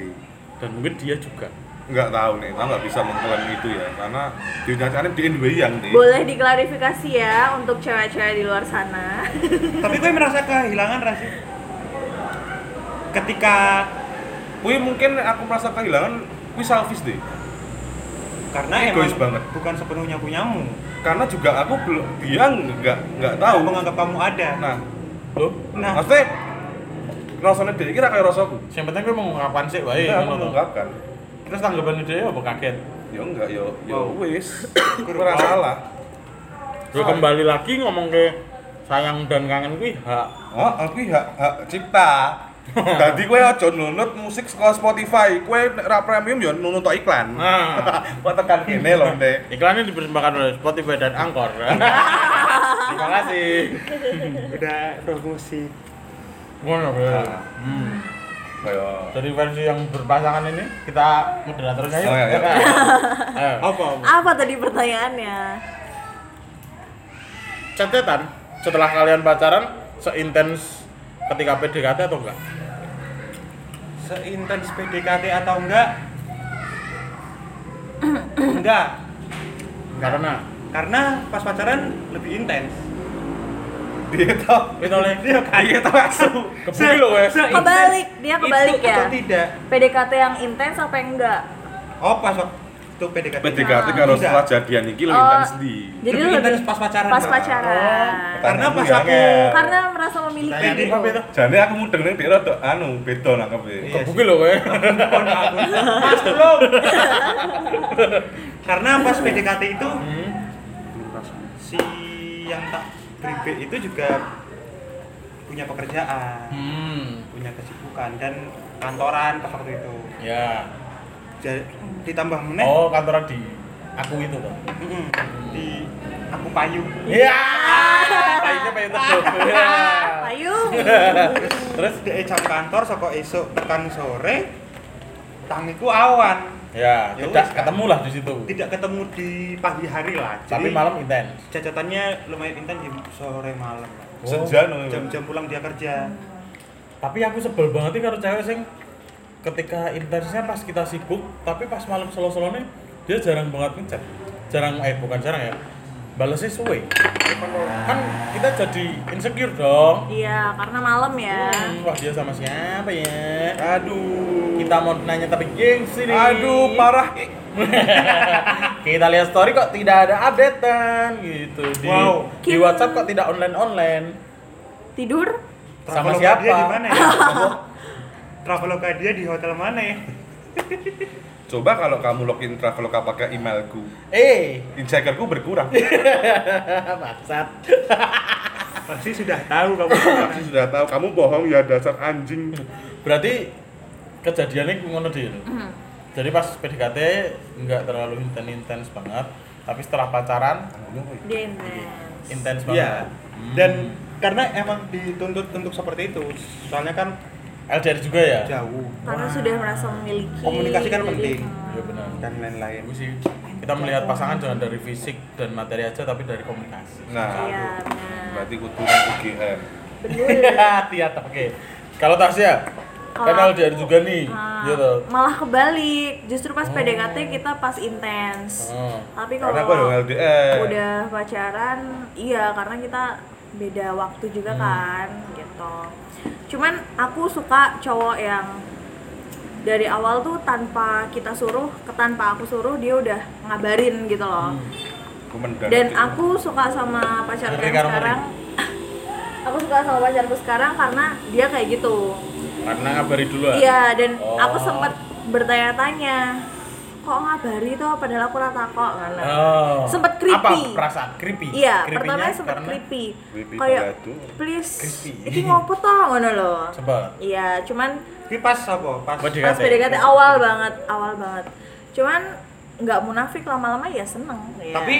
dan mungkin dia juga nggak tahu nih aku nggak bisa mengklaim itu ya karena dinyatakan di NWI yang nih Boleh diklarifikasi ya untuk cewek-cewek di luar sana. tapi gue merasa kehilangan rasa ketika Wih mungkin aku merasa kehilangan, wih selfish deh. karena Egois emang banget. bukan sepenuhnya punyamu Karena juga aku belum dia nggak nggak tahu. menganggap kamu ada Nah, Loh, nah maksudnya rasanya dia kira kayak rasaku. yang penting gue mengungkapkan sih, wae. Nah, aku ngono to. mengungkapkan. Terus tanggapan dia apa kaget? Ya enggak, ya ya Wow. wis. Kurang salah. Gue kembali lagi ngomong ke sayang dan kangen gue hak Oh, aku hak hak cipta. Tadi kue aja nunut musik sekolah Spotify, kue nek ra premium ya nunut tok iklan. Nah. Kok tekan kene lho, Ndek. Iklannya dipersembahkan oleh Spotify dan Angkor. Terima kasih. udah promosi Ngono, Bro. Nah. Hmm. Kayak Dari versi yang berpasangan ini kita moderatornya yuk. Nah. Oh, iya, iya. Ayo. apa Apa tadi pertanyaannya? Catatan setelah kalian pacaran seintens ketika PDKT atau enggak? seintens PDKT atau enggak enggak Karena karena pas pacaran lebih intens dia tau itu oleh dia kayak tahu Kebuli lo, wes. Kebalik, dia kebalik Nah, itu ya? atau tidak PDKT yang intens apa yang enggak? oh pas waktu itu PDKT PDKT kalau setelah jadian iki lebih Oh. intens di. Jadi Lebih lu lebih intens pas pacaran, Pas Mbak. Oh. pacaran. karena pas Pertanyaanmu aku ya, Kak. Karena merasa memiliki. Pertanyaan apa itu? Jane aku mudeng ning dia rada anu beda nangkepe. Iya sih. Kebuli lo, weh. Mohon maaf. Mas belum. Karena pas PDKT itu Hmm. si yang tak beribet itu juga punya pekerjaan, Hmm. punya kesibukan dan kantoran pas waktu itu. Ya. Ja- ditambah meneh Oh, kantoran di aku itu toh. mm-mm, di aku payu. Iya. Kayaknya pengen terus. Ya. Payung. Terus di jam kantor soko esuk tekan sore tangiku awan. Ya, Ya tidak wes, Kak. ketemu lah di situ. Tidak ketemu di pagi hari lah. Tapi Jadi, malam intens. jajatannya lumayan intens jam sore malam Pak. Senja ya? no. jam-jam pulang dia kerja Tapi aku sebel banget nih kalau cewek sing ketika intensnya pas kita sibuk, tapi pas malam solo-solo nih dia jarang banget ngechat. Jarang eh bukan jarang ya. Balesnya suwe. Kan kita jadi insecure dong. Iya, karena malam ya. Hmm, wah dia sama siapa ya? Aduh. Kita mau nanya tapi gengsi nih. Aduh, parah. Kita lihat story kok tidak ada updatean gitu di Wow. di WhatsApp kok tidak online online. Tidur? Sama Traveloka siapa? dia di mana ya traveloka dia di hotel mana ya Coba kalau kamu login Traveloka pakai emailku, Eh, insiderku berkurang. maksat. pasti sudah tahu kamu Pasti sudah tahu kamu bohong ya dasar anjing. Berarti kejadiannya kayak ngono Dil. Hmm. Jadi pas PDKT nggak terlalu intens-intens banget, tapi setelah pacaran Dia intens. intens banget. iya dan karena emang dituntut untuk seperti itu soalnya kan LDR juga ya? jauh Karena sudah merasa memiliki. Komunikasi kan jadi- hmm, penting. Iya benar. dan lain-lain Bagus sih. Kita melihat pasangan jangan dari fisik dan materi aja tapi dari komunikasi. Nah, Iya, berarti kudu nang UGM. benar. Tiat Iya, oke. Kalau Tasya, kan Kalau- LDR juga nih, Nah, gitu. malah kebalik. Justru pas PDKT kita pas intens. Oh. Tapi Karena aku ada kalau LDR. udah pacaran iya karena kita beda waktu juga kan gitu cuman aku suka cowok yang dari awal tuh tanpa kita suruh ke tanpa aku suruh dia udah ngabarin gitu loh Aku mendadak dan gitu. aku suka sama pacarku Ngeri yang karo sekarang aku suka sama pacarku sekarang karena dia kayak gitu Karena ngabari dulu ah. ya. Iya, dan Oh. aku sempat bertanya-tanya, kok ngabari tuh padahal aku rata kok kan. Oh. Sempet Apa creepy. perasaan creepy? Iya, Creepy-nya pertama sempat karena- creepy. Creepy Kayak banget tuh. please, Creepy. ini ngopo toh ngono loh. Sempet. Iya, cuman tapi pas apa pas Buat dia. pas PDKT. PDKT awal banget, awal banget. Cuman nggak munafik lama-lama ya seneng. Iya. tapi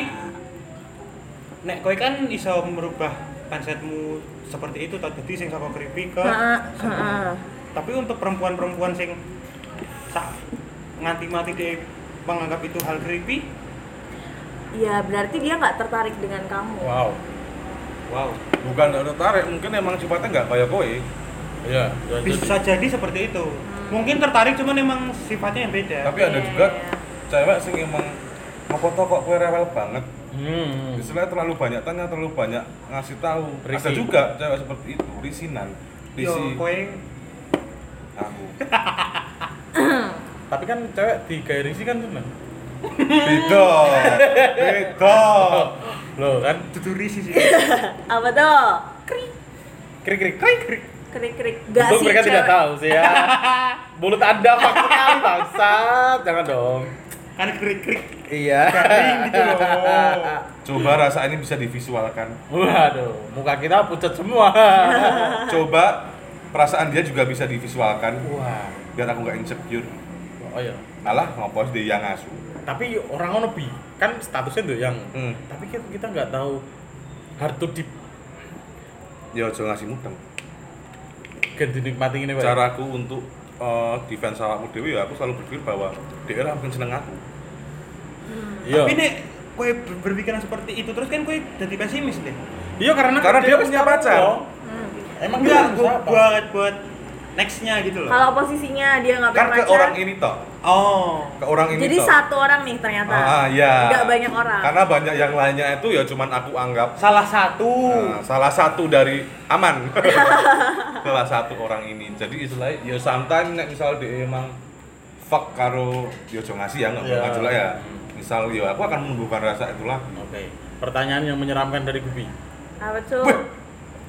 nek kowe kan iso merubah mindsetmu seperti itu tadi sing saka creepy ke Heeh, seneng. heeh. tapi untuk perempuan-perempuan sing sak nganti mati dia menganggap itu hal creepy Iya, berarti dia nggak tertarik dengan kamu. Wow. wow bukan nggak tertarik, mungkin emang sifatnya nggak kayak kowe. Iya, ya, itu bisa jadi seperti itu mungkin tertarik cuman emang sifatnya yang beda iya, tapi ada juga cewek sing emang ngefoto kok kue rewel banget Hmm. istilahnya terlalu banyak tanya terlalu banyak ngasih tahu ada Risih. juga cewek seperti itu risinan yo risi kowe aku Tapi kan cewek digairisi kan seneng. beda beda Loh kan tuturi sih sih apa tuh krik krik krik krik krik. krik krik gak Untung sih mereka tidak cewek. tahu sih ya. Mulut Anda pak sekali bangsat. Jangan dong. kan krik krik Iya. garing gitu loh coba rasa ini bisa divisualkan Waduh, muka kita pucat semua. coba perasaan dia juga bisa divisualkan Wah. biar aku nggak insecure Oh iya. malah ngopos di yang asu Tapi orang ono bi kan statusnya tuh yang hmm. tapi kan kita nggak tahu hard to deep ya ojo ngasih mudeng kan dinikmati ini Pak. caraku untuk eh, defense awakku dewi ya aku selalu berpikir bahwa dia orang mungkin seneng aku Iya. tapi nek kowe ber- berpikiran seperti itu terus kan kowe jadi pesimis deh Iya karena, Karena dia sekarang punya pacar. loh. Hmm. Emang dia enggak siapa? bu- buat buat nextnya gitu loh kalau posisinya dia nggak kan punya ke pacar orang ini toh oh ke orang ini jadi toh satu orang nih ternyata ah ya nggak banyak orang karena banyak yang lainnya itu ya cuman aku anggap salah satu nah, salah satu dari aman salah satu orang ini jadi istilahnya ya santai nek misal dia emang fuck karo ya ojo ngasih ya nggak Iya. yeah. lah ya misal ya aku akan menumbuhkan rasa itulah Oke. Pertanyaan yang menyeramkan dari Gubi. apa tuh Wih,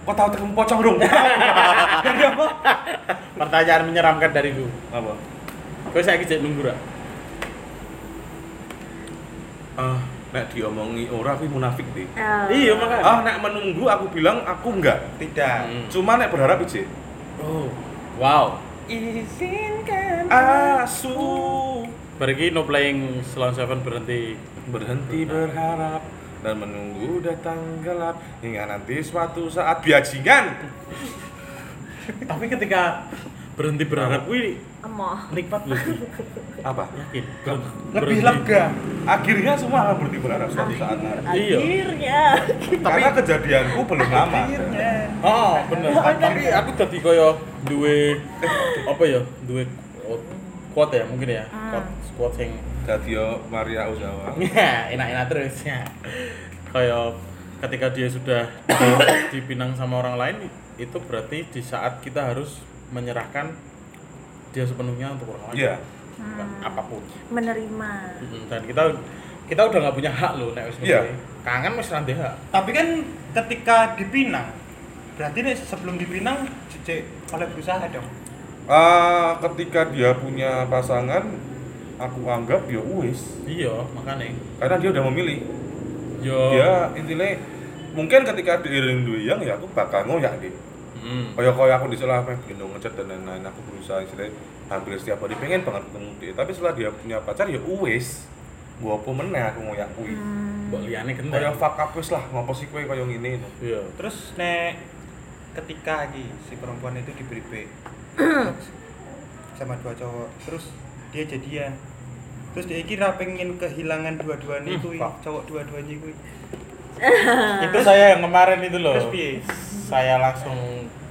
kok tahu tekan pocong dong dari apa Pertanyaan menyeramkan dari Gubi. apa Kowe saiki jek nunggu ra? ah nek diomongi orang aku munafik deh Eh, Iya makanya. ah nek menunggu aku bilang aku enggak tidak Hmm. cuma nek berharap ije Oh. Wow. izinkan asu Pergi no playing Salon Seven berhenti. berhenti berharap dan menunggu datang gelap hingga nanti suatu saat biajingan Tapi ketika berhenti berharap kuwi emoh nikmat lho. Bi. apa Yakin. lebih Ya. Berhenti. lega akhirnya semua akan berhenti berharap suatu saat nanti. Iya. akhirnya karena kejadianku belum lama akhirnya Oh, bener. Tapi aku tadi koyo duwe apa ya? Duwe kuat ya mungkin ya. Kuat kuat sing jadi yo Maria Ozawa Ya, enak-enak terus ya. Kayak ketika dia sudah dipinang sama orang lain itu berarti di saat kita harus menyerahkan dia sepenuhnya untuk orang lain. Iya. Bukan Apapun. menerima Mm-mm, Dan kita kita udah nggak punya hak loh nek wis Iya. ngene. Kangen wis nanti hak. tapi kan ketika dipinang berarti nih sebelum dipinang cek oleh berusaha dong Ah, ketika dia punya pasangan aku anggap ya wis Iya, makanya. karena dia udah memilih Yo. dia intinya mungkin ketika diiring duyang ya aku bakal ngoyak deh Mm. kaya kaya aku disitu lah pengen gendong ngecat dan lain-lain aku berusaha istilahnya hampir setiap hari pengen banget ketemu dia tapi setelah dia punya pacar ya uwes gua apa meneh aku ngoyak kui Hmm. Mbok liyane kentek. kaya fuck up wis lah ngopo sih kue kaya ngene itu Iya. terus nek ketika lagi si perempuan itu diberi B sama dua cowok terus dia jadian terus dia kira pengen kehilangan dua-duanya Hmm, itu Pak. cowok dua-duanya itu Itu saya yang kemarin itu loh. terus piye saya langsung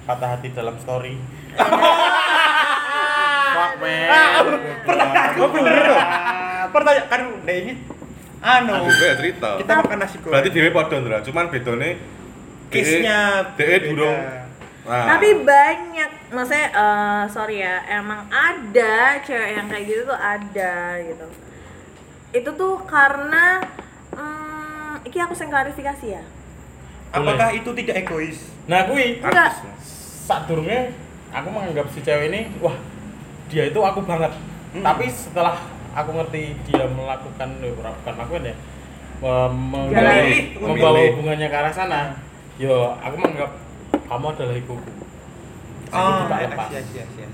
patah hati dalam story. Fuck man. pertanyaan gue bener loh pertanyaan kan udah ini anu aku ya cerita kita makan nasi goreng berarti dewe padha ndra cuman bedone case-nya dee beda. durung nah, tapi banyak maksudnya eh, sorry ya emang ada cewek yang kayak gitu tuh ada gitu itu tuh karena hmm, iki aku sing klarifikasi ya apakah itu tidak egois Nah, kui enggak. sadurunge aku menganggap si cewek ini wah dia itu aku banget. Hmm. Tapi setelah aku ngerti dia melakukan eh, bukan melakukan ya me- membawa, Memilih. membawa Memilih. hubungannya ke arah sana. Yo, aku menganggap kamu adalah egoku. Aku tidak lepas. iya, iya, iya.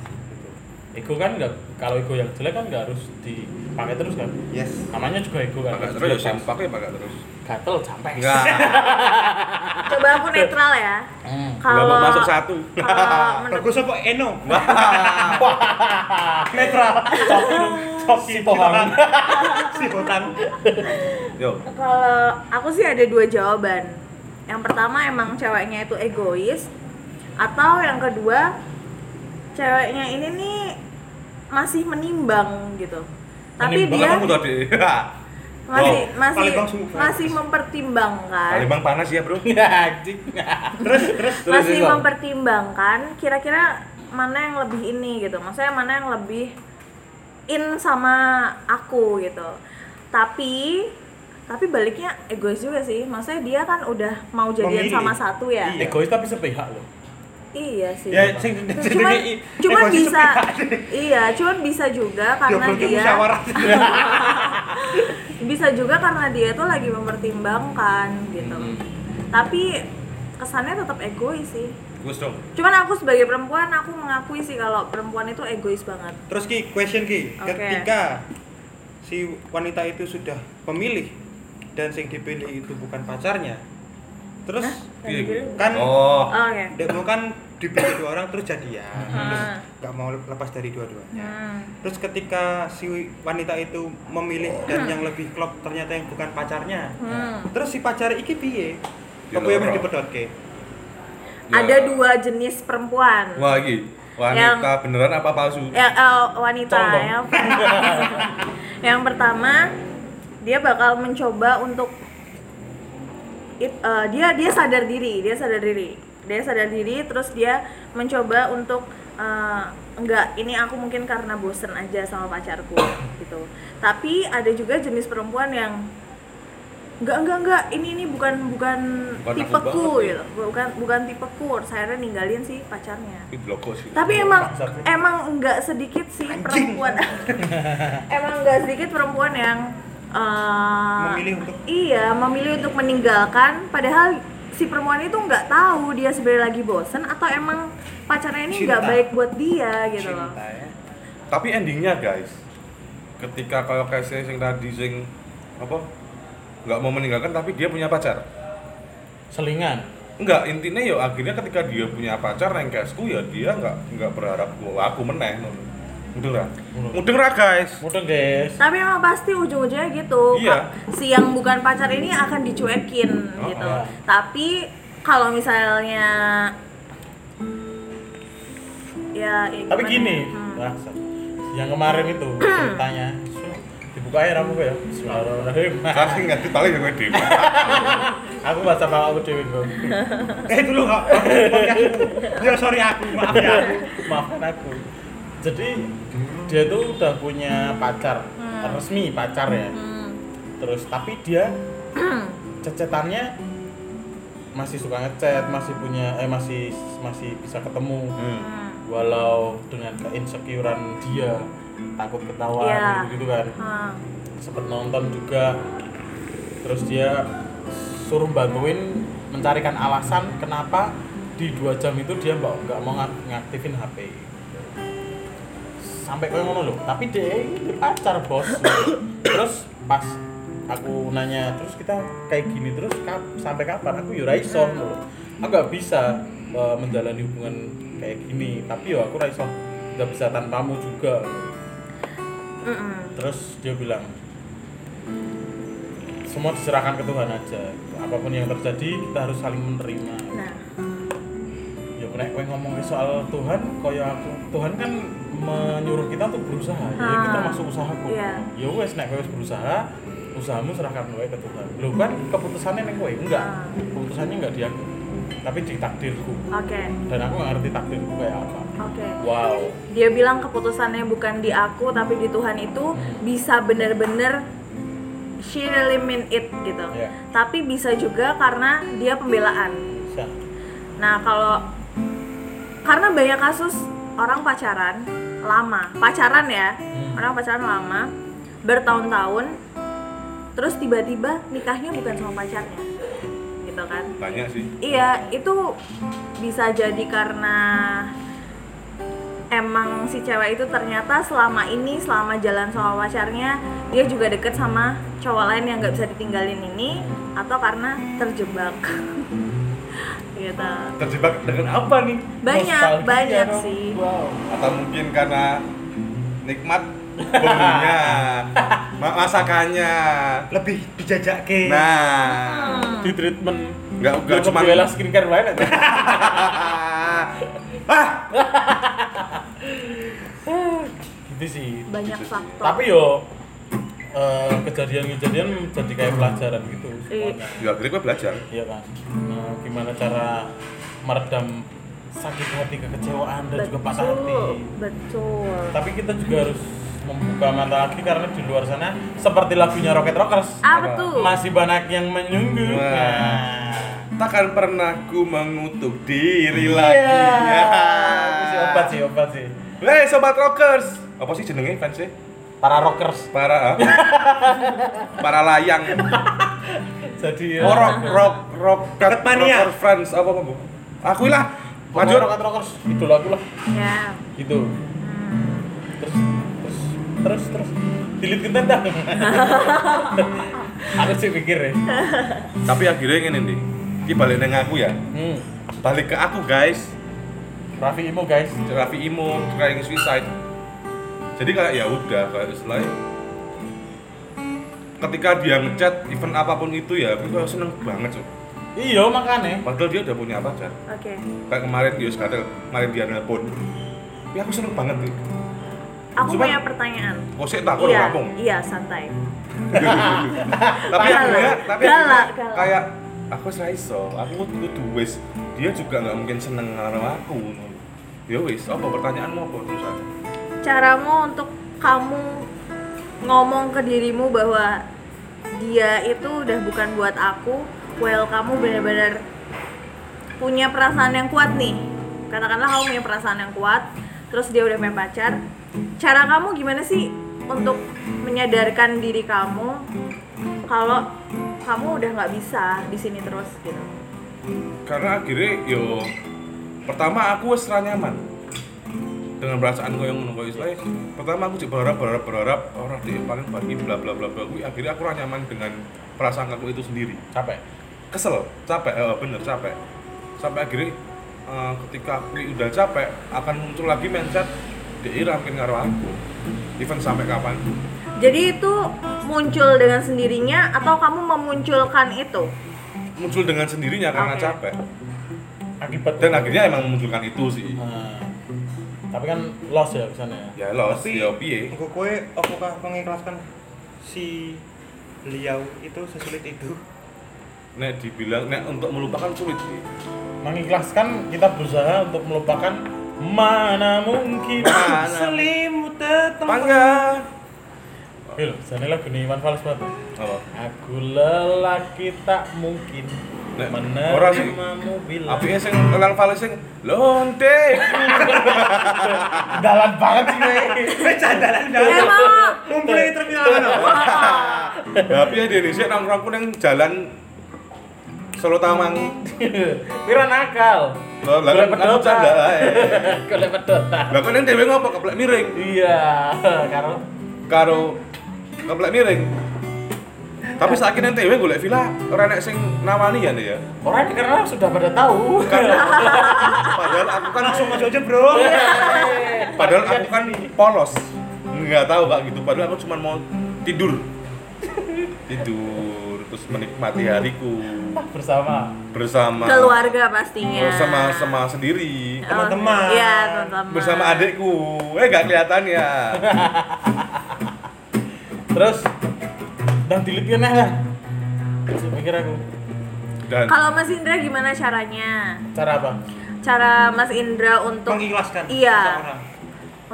Ego kan nggak kalau ego yang jelek kan nggak harus dipakai terus kan. yes Namanya juga ego kan. Pakai harus terus ya, dilepas. sing pakai pakai terus. Gatel sampai. Enggak. coba aku netral ya Hmm. Enggak mau kalau masuk satu. kalau menurut bagus apa Eno Netral. Cok gitu kan. si pohang. si botan Yo. Kalau aku sih ada dua jawaban. Yang pertama emang ceweknya itu egois atau yang kedua ceweknya ini nih masih menimbang gitu tapi Menimbang dia kamu tadi Ah. masih Wow, masih Palembang sungguh. masih mempertimbangkan Palembang panas ya bro Ya, anjing. terus terus masih Islam. mempertimbangkan kira-kira mana yang lebih ini gitu maksudnya mana yang lebih in sama aku gitu tapi tapi baliknya egois juga sih maksudnya dia kan udah mau jadian Memilih. sama satu ya Iya. Egois tapi sepihak loh. iya sih ya sing cuman jenenge i- cuman egois bisa itu pihak. iya cuman bisa juga karena Diobrolnya dia musyawarah. bisa juga karena dia tuh lagi mempertimbangkan gitu Hmm. Hmm. tapi kesannya tetap egois sih Gus dong Cuman aku sebagai perempuan aku mengakui sih kalau perempuan itu egois banget. terus ki question ki Oke. ketika si wanita itu sudah memilih dan sing dipilih itu bukan pacarnya terus Hah? Yang Iya, dipilih? kan Oh Oh, Oke. dia mau kan dipilih dua orang terus jadian terus Ah. nggak mau lepas dari dua-duanya Hmm. terus ketika si wanita itu memilih dan yang lebih klop ternyata yang bukan pacarnya Hmm. terus si pacar iki piye Ya, Kepuyo loro. mesti dipedhotke. Ya. Ada dua jenis perempuan. Wah lagi Wanita Yang- beneran apa palsu? Ya, eh, wanita Condong. yang yang pertama dia bakal mencoba untuk it- eh, dia dia sadar diri, dia sadar diri. Dia sadar diri terus dia mencoba untuk eh, enggak ini aku mungkin karena bosen aja sama pacarku gitu. Tapi ada juga jenis perempuan yang enggak enggak enggak ini ini bukan bukan, Bukan aku tipeku banget ya." gitu. Bukan bukan tipeku, saya ninggalin si pacarnya Ini blokok sih tapi emang Bangsat. emang nggak sedikit sih perempuan emang nggak sedikit perempuan yang eh, Memilih untuk- iya memilih untuk meninggalkan padahal si perempuan itu nggak tahu dia sebenarnya lagi bosen atau emang pacarnya ini nggak Cinta. baik buat dia gitu loh Cinta ya. Tapi endingnya guys Ketika kalau kayak yang tadi sing Apa? Nggak mau meninggalkan tapi dia punya pacar Selingan. Enggak, intinya ya akhirnya ketika dia punya pacar neng kesku ya dia nggak nggak berharap gua aku meneh ngono. Mudeng ra. Mudeng ra guys. Mudeng, guys. tapi emang pasti ujung-ujungnya gitu Iya. Ka- si yang bukan pacar ini akan dicuekin Oh, gitu oh. tapi kalau misalnya ya, ya Tapi gimana? gini, Hmm. bangsat. yang kemarin itu ceritanya dibukain ramu ya Bismillahirrahmanirrahim Saya sih ngerti ya paling yang gede. aku bahasa sama aku dewi Bang. Eh dulu kok. Ya sorry aku, maaf ya aku. maafkan aku jadi dia tuh udah punya pacar resmi pacar ya Hmm. terus tapi dia cecetannya masih suka ngechat masih punya eh masih masih bisa ketemu Hmm. walau dengan keinsecurean dia takut ketahuan Iya. gitu, kan Hmm. sempet nonton juga terus dia suruh bantuin mencarikan alasan kenapa di dua jam itu dia mbak nggak mau ngak- ngaktifin HP sampai kayak ngono loh tapi dia ini pacar bos terus pas aku nanya terus kita kayak gini terus kap- sampai kapan aku yura iso loh aku nggak bisa eh, menjalani hubungan kayak gini tapi yo aku ra iso nggak bisa tanpamu juga Mm-mm. terus dia bilang semua diserahkan ke Tuhan aja apapun yang terjadi kita harus saling menerima Nah, ya nek kowe ngomong soal Tuhan kaya aku Tuhan kan menyuruh kita untuk berusaha ya Ah. kita masuk usaha kok Iya. ya wes nek kowe wis berusaha usahamu serahkan wae ke Tuhan lo kan keputusannya nek kowe enggak Ah. keputusannya enggak di aku tapi di takdirku oke, dan aku nggak ngerti takdirku kayak apa oke. wow Dia bilang keputusannya bukan di aku tapi di Tuhan itu bisa bener-bener she really mean it gitu. Iya. Tapi bisa juga karena dia pembelaan. bisa Nah, kalau karena banyak kasus orang pacaran lama, pacaran ya, Hmm. orang pacaran lama bertahun-tahun, terus tiba-tiba nikahnya bukan sama pacarnya, gitu kan? Banyak sih. Iya, itu bisa jadi karena emang si cewek itu ternyata selama ini selama jalan sama pacarnya dia juga deket sama cowok lain yang nggak bisa ditinggalin ini atau karena terjebak gitu Terjebak dengan apa nih? banyak Nostalgia banyak dong. sih wow Atau mungkin karena nikmat bumbunya, ma- masakannya. Lebih dijajake. Nah, di treatment nggak nggak cuma Hmm. bela skincare lain aja ah gitu sih banyak Gitu sih. faktor tapi yo eh, kejadian-kejadian jadi kayak Hmm. pelajaran gitu semuanya Ya akhirnya gue belajar. iya kan Nah, gimana cara meredam sakit hati kekecewaan dan juga patah hati betul betul tapi kita juga harus membuka mata lagi karena di luar sana seperti lagunya Rocket Rockers ah betul masih banyak yang menunggu Wah. Nah. Takkan pernah ku mengutuk diri lagi. Iya. Ya. Aku sih obat sih, obat sih. Hei sobat rockers. Apa sih jenenge fans sih? Para rockers. Para ah? para layang. Iya. Jadi Oh, rock rock rock Rocket mania. rocker friends apa apa bu? Aku lah. maju Maju. rockers, rockers. Idola aku lah. ya Gitu. Terus terus terus terus dilit kita dah. aku sih pikir ya. Tapi akhirnya ngene nih. Ki balik neng aku ya. Hmm. Balik ke aku guys. Raffi Imo guys. Raffi Imo trying suicide. Jadi kayak ya udah kayak istilahnya ketika dia ngechat event apapun itu ya aku kayak seneng banget cuy Iya makanya. padahal dia udah punya pacar oke kayak kemarin Yus kata kemarin dia nelpon ya aku seneng banget nih aku Cuman- punya pertanyaan kok sih takut iya ngapung iya santai tapi Galak. akhirnya tapi Galak, akhirnya galak. kayak aku wis ra iso aku kudu wis dia juga nggak mungkin seneng karo aku ya wis apa pertanyaanmu apa terusan caramu untuk kamu ngomong ke dirimu bahwa dia itu udah bukan buat aku well kamu benar-benar punya perasaan yang kuat nih katakanlah kamu punya perasaan yang kuat terus dia udah punya pacar cara kamu gimana sih untuk menyadarkan diri kamu kalau kamu udah nggak bisa di sini terus gitu karena akhirnya yo pertama aku wis ra nyaman dengan perasaan kau yang menunggu istilahnya pertama aku juga berharap berharap berharap orang dia paling pagi bla bla bla bla Kui, akhirnya aku ra nyaman dengan perasaan aku itu sendiri Capek. kesel capek eh, bener capek sampai akhirnya eh, ketika aku udah capek akan muncul lagi mindset dia rampin karo aku even sampai kapan jadi itu muncul dengan sendirinya atau kamu memunculkan itu muncul dengan sendirinya karena Oke. capek Akibat. dan akhirnya emang memunculkan itu sih Nah, tapi kan loss ya kesana ya. ya los Tapi- ya piye Engko kowe apakah mengikhlaskan si beliau itu sesulit itu? nek dibilang nek untuk melupakan sulit sih Mengikhlaskan kita berusaha untuk melupakan mana mungkin Mana- Selimut tetangga. Tangga. Bil, sana lagu nih Iwan Fals banget. Apa? Aku lelaki tak mungkin Nek, menerima ora sih. bila Apike sing telan fale sing lonte. dalan banget sih gue. Bercandaan emang Ngumpul di terminal mana? Tapi Ya, di Indonesia nongkrongku nang jalan Solo Tamang. Pira nakal. Lah lah, kan aku canda ae. Golek pedota. Lah kok nang dhewe ngopo keplek miring Iya, karo karo keplek miring. Tapi saiki nang dhewe golek villa ora nek sing nawani ya Nek, ya. orang karena sudah pada tahu. Padahal aku kan Langsung masuk aja bro. padahal Iya. Iya. aku kan polos. Enggak tahu Pak gitu. Padahal aku cuma mau tidur. Tidur terus menikmati Hmm. hariku bersama. bersama keluarga pastinya bersama sama sendiri Oh, Teman-teman. Oh, iya teman-teman bersama adikku eh gak kelihatan ya Terus dan dilipin lah. Saya pikir aku dan kalau Mas Indra gimana caranya cara apa? cara Mas Indra untuk Mengikhlaskan iya seseorang.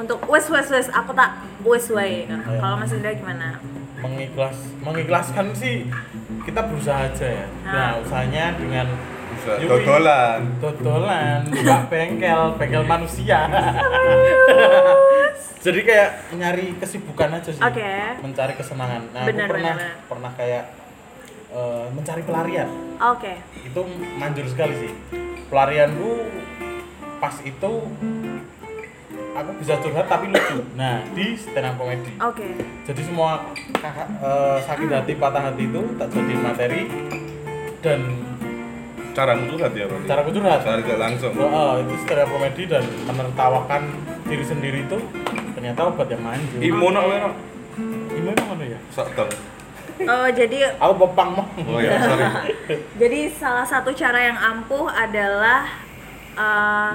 untuk wes wes wes aku tak wes wae Iya. kalau Mas Indra gimana mengikhlas mengikhlaskan sih kita berusaha aja ya. Nah, Ah. usahanya dengan bisa Yui. dodolan Totolan, buka bengkel, bengkel manusia. Jadi kayak nyari kesibukan aja sih. Oke. Mencari kesenangan. Nah, Benar, aku pernah benar, benar. pernah kayak eh, mencari pelarian. oke Itu manjur sekali sih. Pelarianku pas itu aku bisa curhat tapi lucu. Nah, di stand up comedy. oke Jadi semua kakak, eh, sakit hati, patah hati itu tak jadi materi dan cara curhat ya berarti cara curhat. cara tidak langsung Wah, itu secara komedi dan menertawakan diri sendiri itu ternyata obat yang manjur. imun apa ya Ibu emang ngono ya? sak teng oh jadi Aku bepang mah. oh ya sorry jadi salah satu cara yang ampuh adalah eh,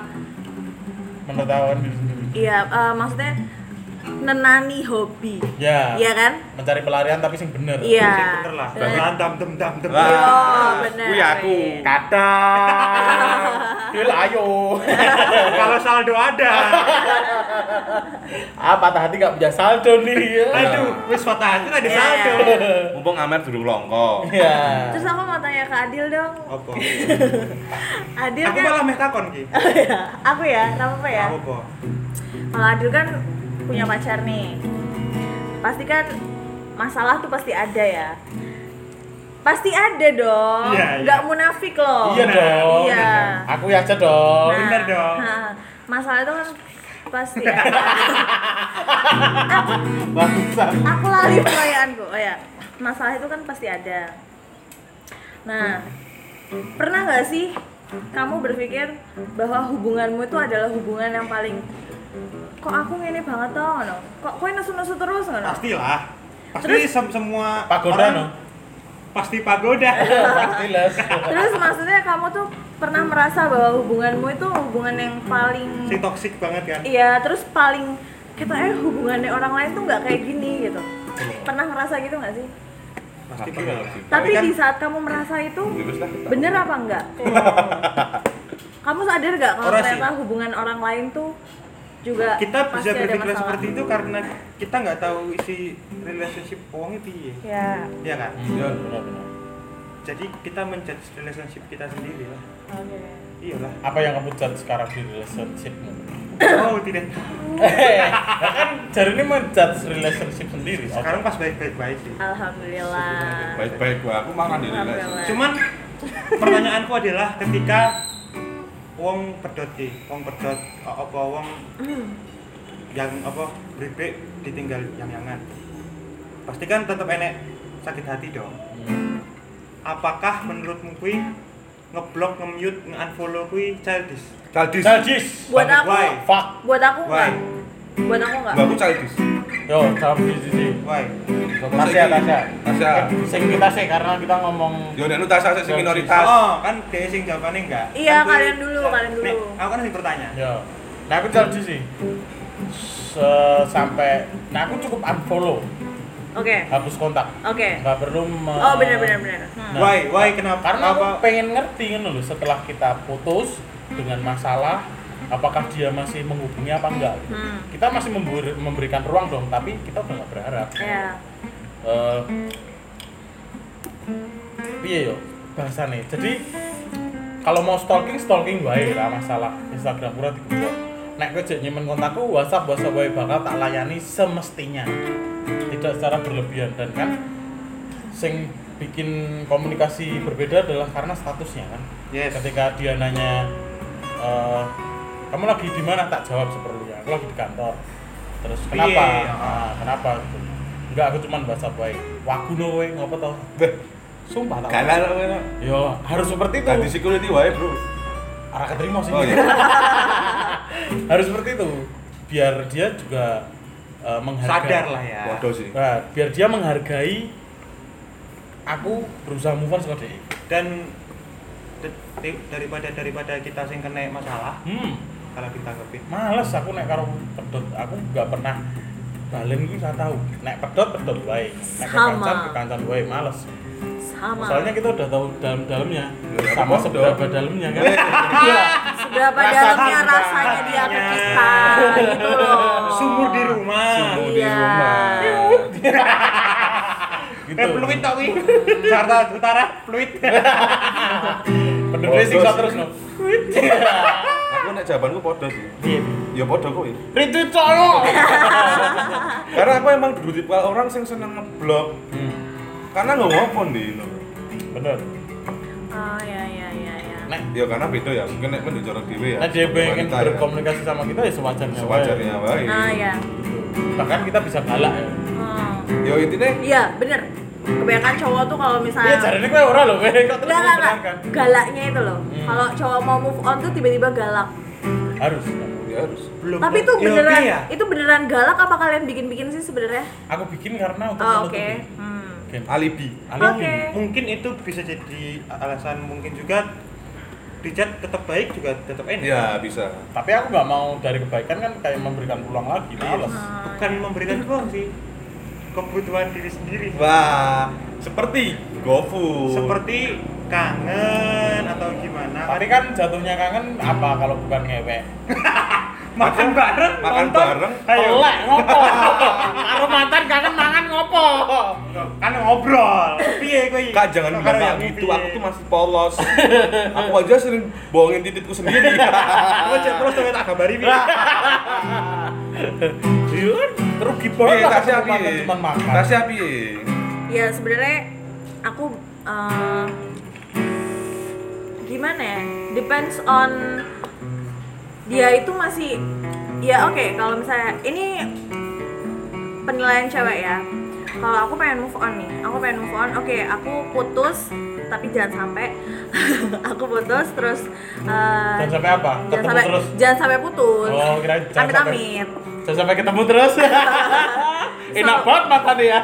Menertawakan diri sendiri. iya eh, maksudnya nenani hobi Ya. iya kan Mencari pelarian tapi sing bener. iya Sing bener lah. Bener. Dam dam dam dam dam. Oh, bener. Wih aku. Kadang. Dil Iya ayo. Kalau saldo ada. Ah patah hati gak punya saldo nih. Aduh, wis patah hati tadi Iya. saldo. Mumpung Amer dulu longko. Iya. terus aku mau tanya ke Adil dong Apa? Adil Aku kan malah meh takon ki. aku ya nggak apa ya Apa? kalau Adil kan punya pacar nih pasti kan masalah tuh pasti ada ya pasti ada dong Iya, iya. nggak munafik loh Iya dong. Iya. Aku ya aja dong. Nah, Oh, bener dong. nah, masalah itu kan pasti ada. Bangsat. aku lari pertanyaanku oh ya masalah itu kan pasti ada nah pernah nggak sih kamu berpikir bahwa hubunganmu itu adalah hubungan yang paling kok aku ngene banget toh ngono kok kowe nesu-nesu terus ngono Pastilah. Pasti Terus- sem- semua Pagoda orang no. Pasti pagoda. Pasti les. terus maksudnya kamu tuh pernah merasa bahwa hubunganmu itu hubungan yang paling si toksik banget kan. iya terus paling kita eh hubungannya orang lain tuh nggak kayak gini gitu pernah merasa gitu nggak sih Pasti Tapi pernah. kan- tapi kan- di saat kamu merasa itu Ya wis lah. bener apa enggak? Kamu sadar nggak kalau Orang sih. ternyata hubungan orang lain tuh juga kita bisa pasti ada berpikiran masalah. seperti itu karena kita nggak tahu isi relationship uangnya piye Ya. ya kan Hmm. Ya, Benar-benar. jadi kita menjudge relationship kita sendiri lah Oke. iyalah Apa yang kamu jad sekarang di relationshipmu? oh tidak Eh, kan jari ini menjudge relationship sendiri. sekarang pas baik baik baik sih Alhamdulillah. Baik-baik gua aku makan diri les. Alhamdulillah. cuman pertanyaanku adalah ketika uang pedot ki uang pedot a- apa uang yang apa ribet ditinggal yang yangan pasti kan tetap enek sakit hati dong Hmm. apakah menurutmu kui ngeblok nge-mute nge-unfollow kui childish Childish. Najis. Buat Banget, aku, why? Fuck. buat aku Why? enggak. Buat aku enggak. Gua aku childish. Yo, jawab di sini. why Tasya, Tasya. Tasya. Sing kita sih karena kita ngomong Yo nek nu Tasya sing minoritas. oh kan dia sing jawabannya enggak Iya, Kan kui- kalian dulu, kalian dulu. Nih, aku kan sing bertanya Ya. Nah aku jauh sih. Se- sampai, nah aku cukup unfollow, Oke. hapus kontak, Oke. nggak perlu. me- Oh, benar benar benar. Hmm. Nah. why why kenapa Karena aku apa pengen ngerti kan loh setelah kita putus dengan masalah, apakah dia masih menghubungi apa enggak? Hmm. Kita masih memberi- memberikan ruang dong, tapi kita udah nggak berharap. Ya. Eh, piye yo bahasane jadi kalau mau stalking stalking wae lah masalah Instagram pura digeblok nek kowe jek nyimpen kontakku WhatsApp WhatsApp wae bakal tak layani semestinya tidak secara berlebihan dan kan sing bikin komunikasi berbeda adalah karena statusnya kan yes ketika dia nanya eh, kamu lagi di mana tak jawab seperlunya aku lagi di kantor terus Piye? Oh. kenapa Ah, kenapa gitu enggak aku cuman bahasa baik waguno we ngopo toh Beh, sumpah tau Gagal kowe. no. yo harus seperti itu Tadi security wae, Bro. arah keterima sih Oh iya. harus seperti itu biar dia juga eh, menghargai sadar lah ya Bodoh sih. Nah, biar dia menghargai aku berusaha move on sama dia dan de- de- daripada daripada kita sing kena masalah hmm kalau ditanggepin males aku nek karo pedot aku gak pernah balen gue gak tahu nek pedot pedot wae nek Sama. Nah. kekancan kekancan wae males Sama. soalnya kita udah tahu dalam-dalamnya Ya, Eh, sama apa seberapa pedot? dalamnya kan Iya. seberapa Rasa dalamnya cinta. rasanya dia ke kita gitu loh. sumur di rumah Sumur di Iya. rumah. gitu eh peluit tau wi Jakarta Utara peluit pedotnya siksa terus no Aku nek jawabanku podo sih. Iya. Ya podo kowe. Ritu colo Karena aku emang dulu tipe orang yang seneng ngeblok. Karena nggak ngopon di itu. Hmm, bener Oh ya ya ya ya. nek Ya karena beda ya, mungkin nek menjadi orang dewe ya. nek dia pengen Wanita ya. berkomunikasi sama kita ya sewajarnya wae. Sewajarnya wae. Ah ya. Gitu. bahkan kita bisa galak ya Hmm. Ya intinya Iya, bener. Kebanyakan cowok tuh kalau misalnya Iya jarene kowe ora lho, kowe kok terus Enggak, enggak, enggak. menerangkan. Galaknya itu loh. kan. Hmm. Kalau cowok mau move on tuh tiba-tiba galak. Harus. ya harus. belum Tapi itu Ya, beneran, iya. itu beneran galak apa kalian bikin-bikin sih sebenarnya? Aku bikin karena untuk Oh, Oke. menutupi. Hmm. Gen- Alibi. alibi. Oke. mungkin itu bisa jadi alasan mungkin juga dicat tetap baik juga tetap enak ya bisa tapi aku nggak mau dari kebaikan kan kayak memberikan peluang lagi males bukan memberikan peluang sih kebutuhan diri sendiri wah seperti GoFood seperti kangen atau gimana tapi kan jatuhnya kangen apa kalau bukan ngewek makan bareng makan nonton. bareng. Oh. ayo Elek ngopo karo mantan kangen mangan ngopo kan ngobrol piye kowe Kak jangan bilang kayak gitu, aku tuh masih polos Aku aja sering bohongin titikku sendiri aku cek terus sampe tak gambari piye Iya, rugi Piye, banget lah tasnya kalau mantan piye? cuma makan Tasnya piye? ya sebenarnya aku eh, gimana ya depends on dia itu masih ya oke kalau misalnya ini penilaian cewek ya kalau aku pengen move on nih aku pengen move on oke aku putus tapi jangan sampai aku putus terus eh, jangan sampai apa jangan ketemu sampai terus jangan sampai putus Oh, kirain jangan amit sampai- amit jangan sampai ketemu terus enak So- banget mantan ya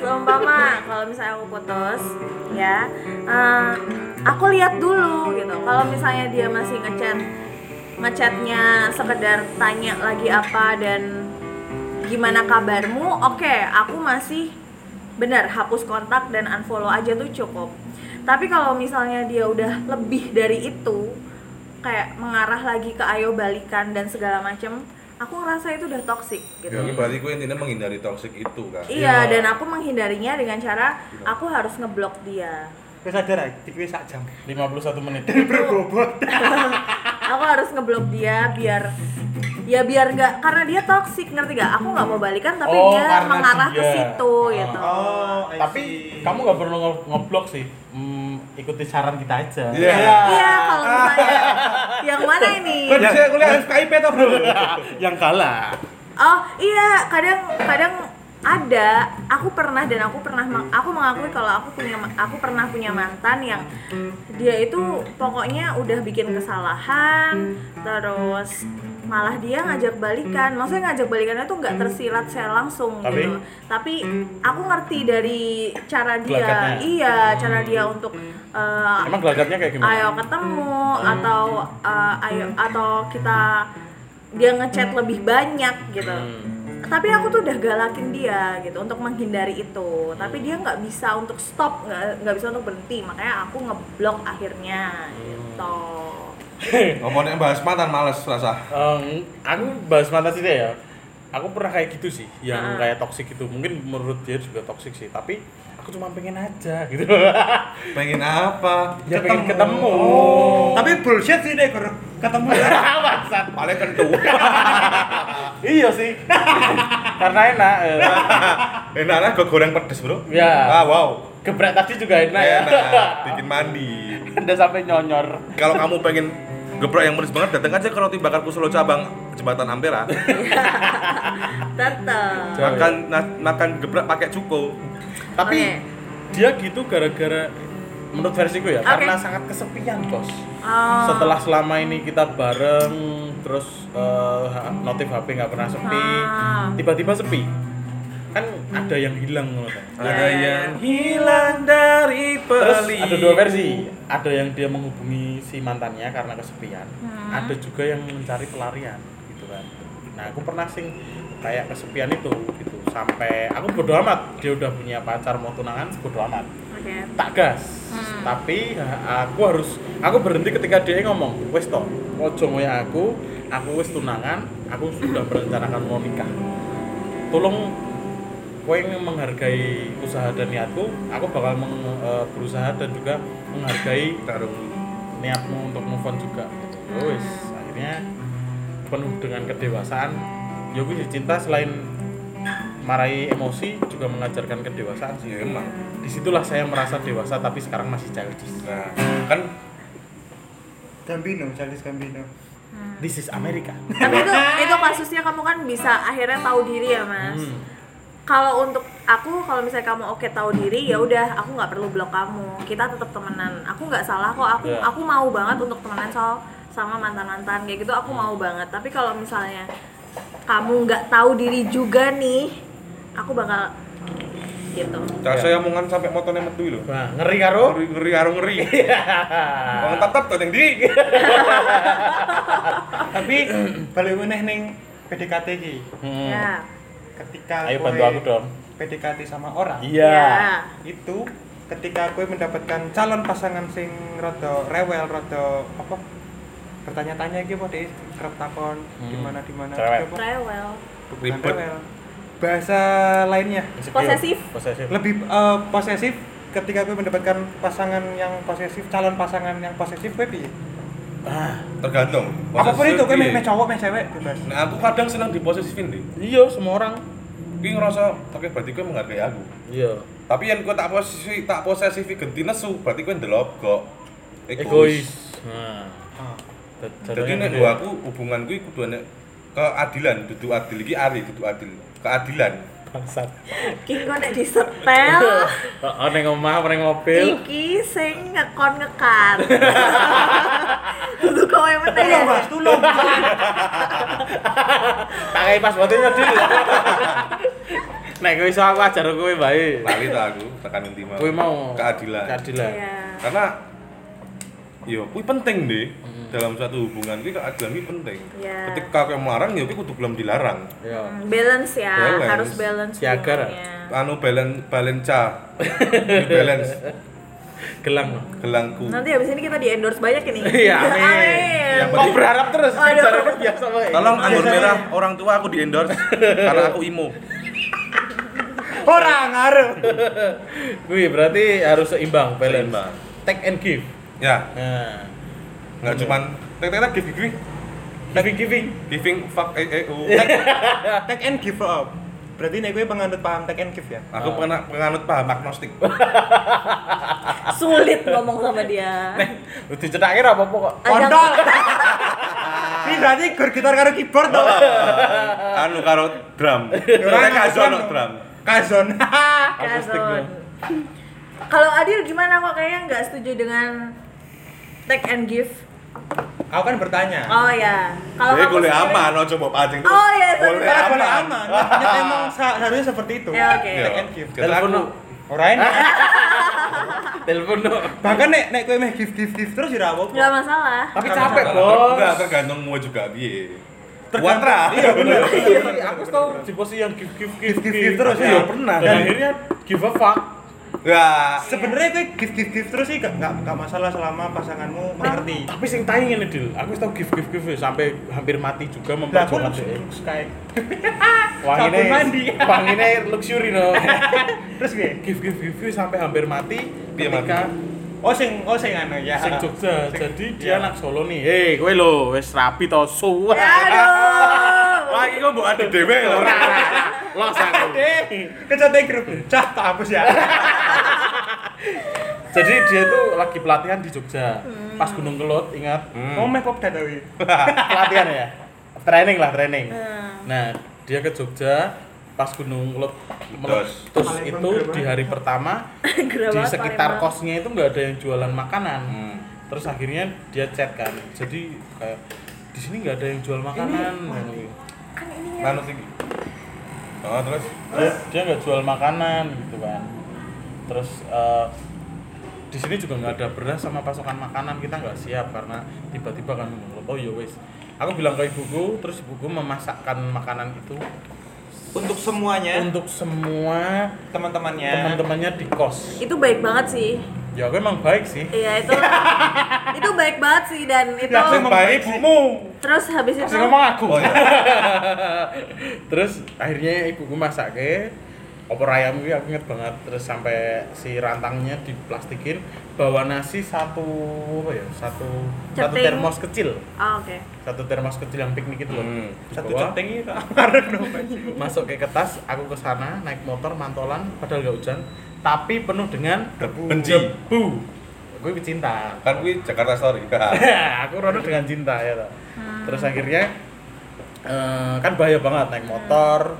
seumpama kalau misalnya aku putus ya eh, aku lihat dulu gitu kalau misalnya dia masih ngechat ngechatnya sekedar tanya lagi apa dan gimana kabarmu oke aku masih benar hapus kontak dan unfollow aja tuh cukup tapi kalau misalnya dia udah lebih dari itu kayak mengarah lagi ke ayo balikan dan segala macem aku ngerasa itu udah toxic gitu Ya, berarti gue intinya menghindari toxic itu kan. Iya, Iya. dan aku menghindarinya dengan cara aku harus ngeblok dia. wis sadar ae dikira sak jam 51 menit berbobot Aku harus ngeblok dia biar ya biar nggak karena dia toksik ngerti gak? Aku nggak mau balikan tapi Oh, dia karena mengarah ke dia. situ Oh. gitu. oh I tapi see. kamu nggak perlu nge- ngeblok sih Hmm, ikuti saran kita aja Iya. Iya, kalau misalnya yang mana ini? Gue Iya. bisa kuliah FKIP toh, Bro. yang kalah Oh iya, kadang kadang ada. Aku pernah dan aku pernah meng- aku mengakui kalau aku punya ma- aku pernah punya mantan yang dia itu pokoknya udah bikin kesalahan, terus malah dia ngajak balikan. Maksudnya ngajak balikannya tuh nggak tersirat saya langsung Tapi? gitu. Tapi aku ngerti dari cara dia, Gelagatnya. iya cara dia untuk eh, emang gelagatnya kayak gimana Hmm. ayo ketemu atau uh, ayo atau kita dia ngechat lebih banyak gitu Hmm. tapi aku tuh udah galakin dia gitu untuk menghindari itu tapi dia nggak bisa untuk stop nggak nggak bisa untuk berhenti makanya aku ngeblok akhirnya gitu Ngomongnya bahas mantan males rasa. Em, aku bahas mantan sih deh ya aku pernah kayak gitu sih yang Ah. kayak toksik itu mungkin menurut dia juga toksik sih tapi aku cuma pengen aja gitu Pengen apa? dia Ya, pengen ketemu Oh. tapi bullshit sih deh Guru. ketemu ya. Bangsat. Paling kentut. iya sih karena enak eh. Enaknya gue goreng pedes, Bro. Ya. Ah, wow. geprek tadi juga enak ya Enak, bikin mandi. udah sampai nyonyor Kalau kamu pengen geprek yang pedes banget, datang aja ke roti bakar Kusolo cabang Jembatan Ampera. Hmm. tetep Makan na- makan geprek pakai cuko. tapi Oke. dia gitu gara-gara menurut versiku ya Oke. karena sangat kesepian bos Oh. setelah selama ini kita bareng terus eh, ha- notif HP nggak pernah sepi Ah. tiba-tiba sepi kan ada yang hilang loh kan. Ya, Ada ya, ya. yang hilang dari terus peli. ada dua versi ada yang dia menghubungi si mantannya karena kesepian ada juga yang mencari pelarian gitu kan nah aku pernah sing kayak kesepian itu gitu sampai aku bodo amat dia udah punya pacar mau tunangan bodo amat oke tak gas tapi ha- aku harus aku berhenti ketika dia ngomong wes toh ojo ngoyak aku aku wes tunangan aku sudah merencanakan mau nikah tolong kowe yang menghargai usaha dan niatku aku bakal meng- eh, berusaha dan juga menghargai Tarung. niatmu untuk move on juga Ya wes akhirnya penuh dengan kedewasaan ya wis, cinta selain marahi emosi juga mengajarkan kedewasaan sih Ya, emang. disitulah saya merasa dewasa tapi sekarang masih childish Nah, kan Gambino Charles Gambino this is America tapi itu itu kasusnya kamu kan bisa akhirnya tahu diri ya mas Hmm. kalau untuk aku kalau misalnya kamu oke tahu diri ya udah aku nggak perlu blok kamu kita tetap temenan aku nggak salah kok aku Iya. aku mau banget untuk temenan so sama mantan mantan kayak gitu aku mau banget tapi kalau misalnya kamu nggak tahu diri juga nih aku bakal gitu Cak Iya. saya omongan sampai motornya metu lho. Wah, ngeri karo. Ngeri ngeri arung ngeri. Iya. Wong tetep to ning ndi? tapi balik meneh ning PDKT iki Hmm. ya ketika Ayo kowe bantu aku dong. PDKT sama orang Iya. Ya. itu ketika gue mendapatkan calon pasangan sing rada rewel rada apa bertanya-tanya gitu deh kerap takon Hmm. gimana gimana Cerewet. apa? rewel Bukan Ribet. rewel. bahasa lainnya Insecure. Posesif. Posesif. lebih eh, posesif ketika gue mendapatkan pasangan yang posesif calon pasangan yang posesif gue piye Ah, Tergantung. apapun Posesif itu gue piye. meh meh cowok meh cewek bebas Nah, aku kadang senang diposesifin deh. iya semua orang. Kuwi ngerasa oke berarti kowe menghargai aku. Iya. Tapi yang kowe tak posisi tak posesifi genti nesu, berarti kowe ndelok kok. Egois. Nah. Ah. Jadi nek gua aku hubungan kuwi kudu ana keadilan, dudu adil iki ari dudu adil. Keadilan. bangsat. Ya. Kiko nek disetel Heeh, ning omah apa ning mobil. Iki sing ngekon ngekan Dudu kowe meneh tolong mas tolong Tak kei pas bote nyedil. Nek kowe iso aku ajar kowe bae. Lali ta aku tekan inti mau. Kowe mau keadilan. Keadilan. Iya Karena yo kuwi penting deh dalam suatu hubungan kuwi keadilan kuwi penting. Iya. Ketika kowe marang yo kuwi kudu belum dilarang. Iya. Hmm, Balance ya, Balance. harus balance Siaga. hubungannya. Anu balen balenca. Ini balance Gelang. gelangku. Nanti habis ini kita di endorse banyak ini Iya, amin. Yang Kok berharap terus? Waduh. Bicara biasa wae. Tolong anggur merah orang tua aku di endorse karena aku imo. orang ngaruh Kuwi berarti harus seimbang, balance. Seimbang. Take and give. Ya, Nah. nggak cuman tek tek tek giving giving Giving giving. giving fuck eh eh oh. take and give up berarti nek gue penganut paham take and give ya Aku pengena- penganut paham agnostik. Sulit ngomong sama dia Lu dicetakin apa kok? Ajang- Ondol. Ini berarti gur gitar karo keyboard toh. anu karo drum. Ora kan kazono drum. Kazon. Akustik Kazon. dong. Kalau Adil gimana kok kayaknya nggak setuju dengan take and give? Aku kan bertanya. Oh ya. Kalau Jadi kamu Iya, boleh sendiri- aman, ojo mbok pancing terus. Oh, iya, sorry, Boleh Karena boleh aman. aman. Maksudnya Emang sa- seharusnya seperti itu. Ya, oke. Ya. Yo. Take and give. Jadi Telepon aku dong. Ora enak. Telepon dong. Bahkan nek nek kowe meh give give give terus ya ora apa-apa. Nggak masalah. Tapi Karena capek, Salah, ter- Bos. Enggak, tergantung gua juga piye. Tergantung. Kuat ra. Iya bener. Iya, aku tau di posisi yang give give give Give, give, give terus, Iya, ya. pernah. Dan Dan akhirnya give a fuck. Ya, Sebenarnya kowe give give give terus sih gak gak gak masalah selama pasanganmu mengerti. Tapi sing tai ngene, Dil. Aku tau give give give sampai hampir mati juga Lah aku memperjuangkan dhek. kayak Wangine sabun mandi. Wangine luxury no. terus piye? give give give give sampai hampir mati Piye ketika Oh sing oh sing anu ya. sing Jogja. Sing- Jadi dia iya. anak Solo nih. Hei, kowe lho wis rapi to suwe. Ya, aduh. lagi kok mbok adu dhewe lho. Los aku. Eh, kecotek grup. Cah, tak hapus ya. Jadi dia tuh lagi pelatihan di Jogja. Hmm. Pas Gunung Kelut, ingat? Mau make up dadawi. pelatihan ya training lah training Hmm. nah dia ke Jogja pas gunung Lep- meletus Palembang, itu Palembang. di hari pertama Gerah di banget, sekitar Palembang. kosnya itu nggak ada yang jualan makanan Hmm. terus akhirnya dia chat kan jadi kayak di sini nggak ada yang jual makanan Manut iki. Oh, terus dia dia nggak jual makanan gitu kan terus eh, di sini juga nggak ada beras sama pasokan makanan kita nggak siap karena tiba-tiba kan ngomong, oh ya wes aku bilang ke ibuku terus ibuku memasakkan makanan itu Untuk semuanya. untuk semua teman-temannya teman-temannya di kos Itu baik banget sih. ya aku emang baik sih Iya itu. itu baik banget sih dan itu. Lah, sing Emang bae baik sih. ibumu. Terus habis itu. Terus ngomong aku Oh iya. terus akhirnya ibuku masak ke opor ayam gue aku inget banget terus sampai si rantangnya diplastikin bawa nasi satu apa ya satu satu Ceting. termos kecil Oh, Oke. satu termos kecil yang piknik itu loh Hmm. satu Dibawa, ceteng itu kemarin dong masuk ke kertas aku ke sana naik motor mantolan padahal gak hujan tapi penuh dengan Debu. debu gue pecinta Kan kuwi Jakarta Story. aku rono dengan cinta ya toh. terus akhirnya eh, kan bahaya banget naik motor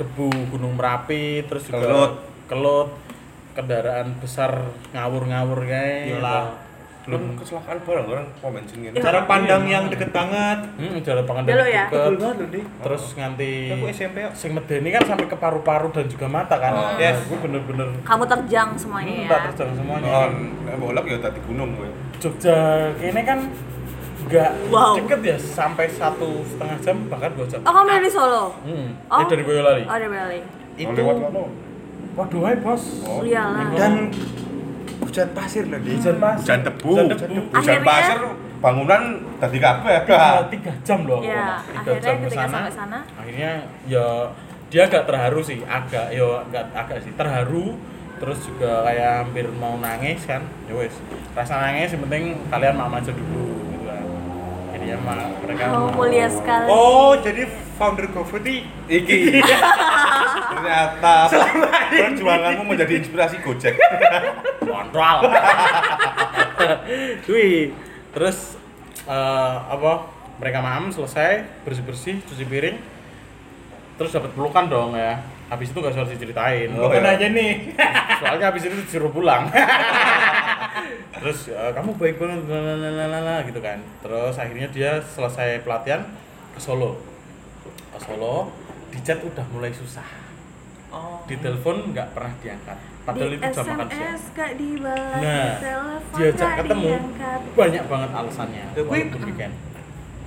debu gunung merapi terus juga Kelut. kelut kendaraan besar ngawur-ngawur kayak Yola. gitu. kan kecelakaan bareng orang pom bensin ngene. Iya. Cara pandang yang deket banget. Hmm, jalan pangan Dalo ya? Betul Iya. banget loh nih. Terus nganti Aku SMP kok. sing medeni kan sampai ke paru-paru dan juga mata kan. Oh. Yes, gue bener-bener Kamu terjang hmm, semuanya ya. tak terjang semuanya. Nah, nek bolak ya tadi gunung kowe. Jogja ini kan nggak Wow. deket ya sampai satu setengah jam bahkan dua jam. Oh, kamu dari Solo? Hmm. Oh. Ya, dari Boyolali. Oh, dari Bali. Mau Itu lewat kono. Waduh, hai bos. Oh. Iyalah. Dan hujan pasir loh nih. Hujan pasir. Hujan debu. Hujan debu. Hujan Akhirnya- Iya. pasir bangunan tadi kabeh. Tiga, tiga jam loh. Ya, Tiga akhirnya jam ke ketika sana. sampai sana. Akhirnya ya dia agak terharu sih, agak ya agak agak sih terharu terus juga kayak hampir mau nangis kan ya wes rasa nangis yang penting kalian mama aja dulu gitu kan jadi emang mereka Oh, mulia sekali. Oh, jadi founder GoFood nih Iki. Iya. Ternyata perjuanganmu menjadi inspirasi Gojek. kontrol Wih, terus eh, apa mereka maam selesai bersih bersih cuci piring terus dapat pelukan dong ya habis itu gak usah diceritain Oh, Pokoknya iya. aja nih soalnya habis itu disuruh pulang terus eh, kamu baik banget lalalala, gitu kan terus akhirnya dia selesai pelatihan ke Solo ke Solo di chat udah mulai susah Oh. di telepon nggak pernah diangkat padahal di itu jam makan siang SMS gak dibalas, Nah, di telepon diajak gak ketemu diangkat. banyak banget alasannya Ya, gue- walaupun weekend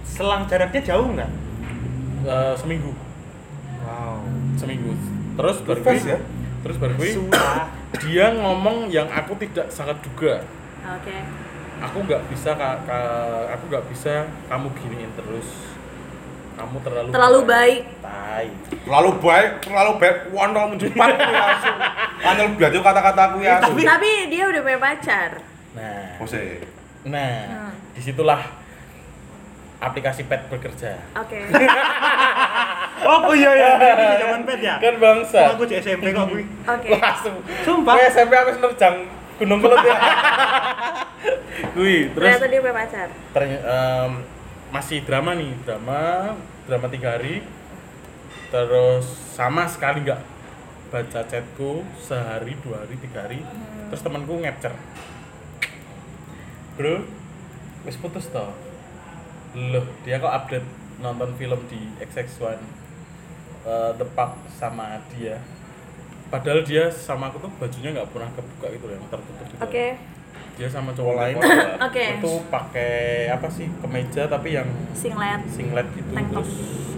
Selang jaraknya jauh nggak? Eh, seminggu Wow. seminggu terus baru Fast gue- ya? terus baru gue, Susah. dia ngomong yang aku tidak sangat duga Oke. aku nggak bisa ka, ka- aku nggak bisa kamu giniin terus kamu terlalu Terlalu baik. tai Terlalu baik, terlalu baik, wontol menjepat langsung. ya, Angel berarti kata-kataku ya. Tapi- Tapi dia udah punya pacar. nah Jose. nah Hmm. disitulah aplikasi pet bekerja Oke. Oh iya iya, ini zaman pet ya. kan bangsa Aku di SMP kok gue. Oke. langsung Sumpah. Gue SMP aku nerjang gunung kelut ya Wih, terus Ternyata dia punya pacar. terny- em, masih drama nih drama drama tiga hari terus sama sekali nggak baca chatku sehari dua hari tiga hari terus temanku ngepcer bro wis putus toh loh dia kok update nonton film di XX1 eh, The Pub sama dia padahal dia sama aku tuh bajunya nggak pernah kebuka gitu loh yang tertutup gitu Oke. dia sama cowok lain Oke. itu pakai apa sih kemeja tapi yang Singlet. singlet gitu Tank top. terus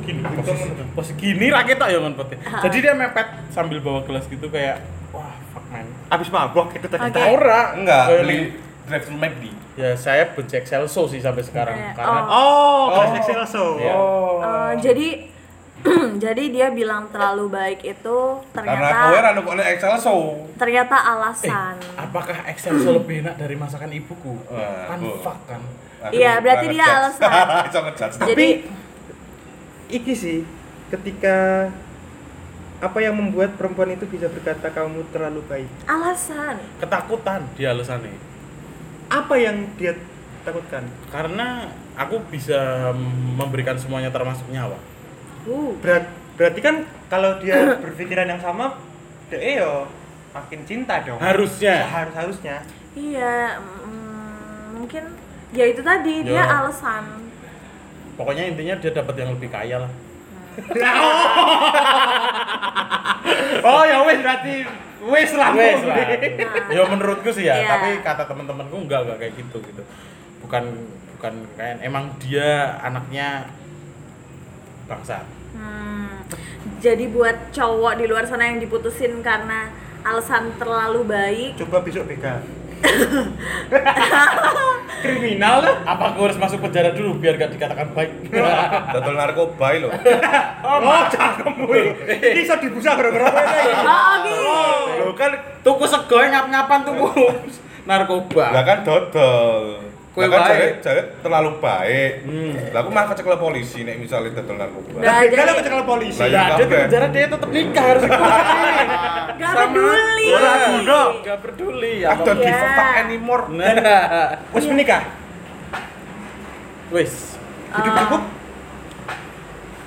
gini posisi, posisi gini rakyat tak ya ngonpetnya jadi dia mepet sambil bawa gelas gitu kayak wah fuck man Abis mabok itu tadi. Oke. ora Enggak, Kayak beli nih. drive thru McD. ya saya benci Excelso sih sampai sekarang Iya. karena Oh. Oh, kelas Excelso. Iya. Ya. Eh, jadi jadi dia bilang terlalu baik itu Karena kowe ternyata ra nukokne Excel show. ternyata eh alasan. apakah Excelso lebih enak dari masakan ibuku Wah, kan Bu. fuck kan Iya, berarti dia alasan. Iso ngejudge. Jadi- Tapi iki sih ketika apa yang membuat perempuan itu bisa berkata kamu terlalu baik? Alasan. ketakutan dia alasannya Apa yang dia takutkan? karena aku bisa memberikan semuanya termasuk nyawa Uh. Berat, berarti kan kalau dia berpikiran yang sama, deh yo makin cinta dong. harusnya Harus harusnya. Iya, mm, mungkin ya itu tadi dia Ya. alasan. pokoknya intinya dia dapat yang lebih kaya lah Oh ya wes berarti wes lah. Wes lah. Nah. ya menurutku sih ya Iya. tapi kata teman-temanku enggak enggak kayak gitu gitu bukan bukan kayak emang dia anaknya bangsa Hmm, jadi buat cowok di luar sana yang diputusin karena alasan terlalu baik, Coba besok bega. Kriminal lah. apa aku harus masuk penjara dulu biar gak dikatakan baik Dodol narkoba lho. Oh, cakep kuwi. Iki iso dibusa gara-gara kowe iki. Oh, Gi. gitu. lo kan tuku sego ngap-ngapan tuku Lah narkoba kan dodol. Kowe Lah kan baik. jare jare terlalu baik. Hmm. Lah aku malah kecekel polisi nek misalnya dodol narkoba. Nah, Lah bega jadi- lah kecekel polisi. Lah, ya iya, dia di kabeh. penjara dia tetap nikah harus Gak peduli. Ora kudu gak peduli ya I don't Iya. give a fuck anymore. nah Wis menikah. wis Hidup cukup.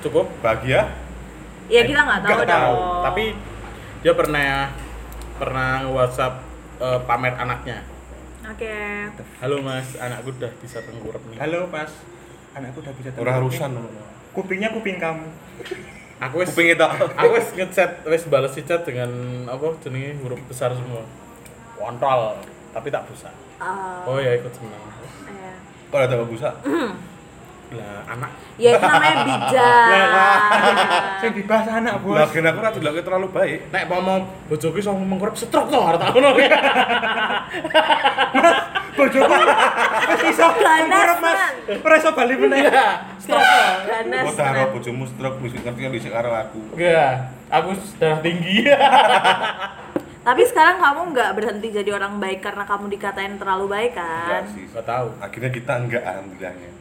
cukup Bahagia. Ya kita nggak tahu Nggak dong. Tapi ya, dia pernah pernah WhatsApp eh, pamer anaknya. Oke. Oke. Eh, Halo Mas, anakku udah bisa tengkurap nih. Halo Mas, anakku udah bisa Ora terbang. harusan. Kupingnya kuping kamu. Aku wis Kupinge tok. aku wis ngechat, wis bales si chat dengan apa jenenge huruf besar semua. Kontol, tapi tak busa. Eh, Oh ya ikut senang. iya. Kok ada busa? Lah anak ya itu namanya Iya. Saya bijak. dibahas anak Lah bos. gen aku ora dilakukan terlalu baik. nek mau mau bojoku iso mengkurap setruk to arep tak ngono. Bojoku. Wis iso ngurep, Mas. Ora iso bali meneh. Iya, setruk to. Ganas. Kok tak ro bojomu stroke wis ngerti kan isik karo aku. Enggak, Iya. aku darah tinggi. Tapi sekarang kamu nggak berhenti jadi orang baik karena kamu dikatain terlalu baik kan? Enggak sih. Enggak tahu. Akhirnya kita enggak alhamdulillahnya.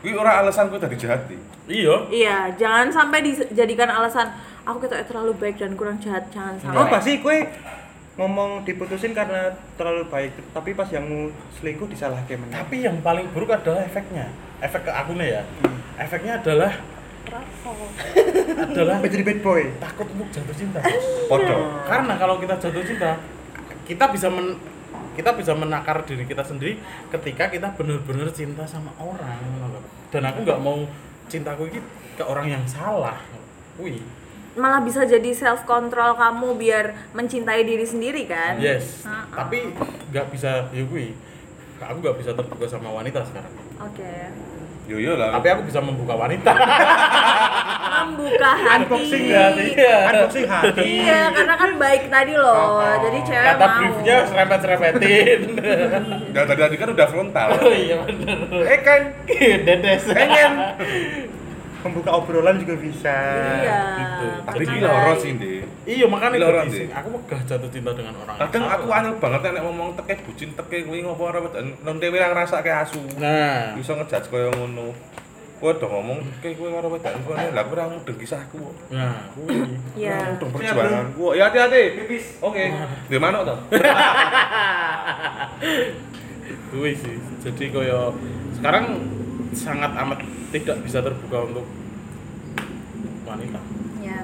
Kuwi ora alasan kuwi dadi jahat nih. Iya. Iya, jangan sampai dijadikan alasan aku kita terlalu baik dan kurang jahat jangan Iya. Oh sampai. pasti kue ngomong diputusin karena terlalu baik tapi pas yang mu selingkuh disalahke meneh. Tapi yang paling buruk adalah efeknya. Efek ke aku nih ya. Efeknya adalah adalah Sampai jadi bad boy. takut untuk jatuh cinta. Podho. Karena kalau kita jatuh cinta, kita bisa men kita bisa menakar diri kita sendiri ketika kita benar-benar cinta sama orang. ngono loh. Dan aku nggak mau cintaku ini ke orang yang salah. Wih, Malah bisa jadi self control kamu biar mencintai diri sendiri kan? yes. Ah, ah. Tapi nggak bisa, ya wih, aku nggak bisa terbuka sama wanita sekarang. Oke. Yo yo lah. Tapi aku bisa membuka wanita. Membuka hati. Unboxing ya, iya. Unboxing Kan hati. Iya, karena kan baik tadi loh. Oh. Jadi cewek Kata mau. briefnya serempet-serempetin. Ya tadi tadi kan udah frontal. oh iya bener. Eh kan Iya, Dedes. pengen membuka obrolan juga bisa. Iya. Gitu. Tapi Bukan ini loro baik. sih, Dik. Iya makanya Loro, aku bising. Aku megah jatuh cinta dengan orang. yang Kadang salah. aku aneh banget nek ngomong teke bucin teke kuwi ngopo ora wedan nonte wae ra ngrasake asu. Nah, Bisa ngejudge koyo ngono. Kowe udah ngomong teke kuwi karo wedan kowe lah kowe ora mudeng kisahku. kok. nah, kuwi. Iya. Ora Mudeng perjuanganku. Ya hati-hati. Oke. Di mana to? Kuwi sih. Jadi koyo sekarang sangat amat tidak bisa terbuka untuk wanita. Iya.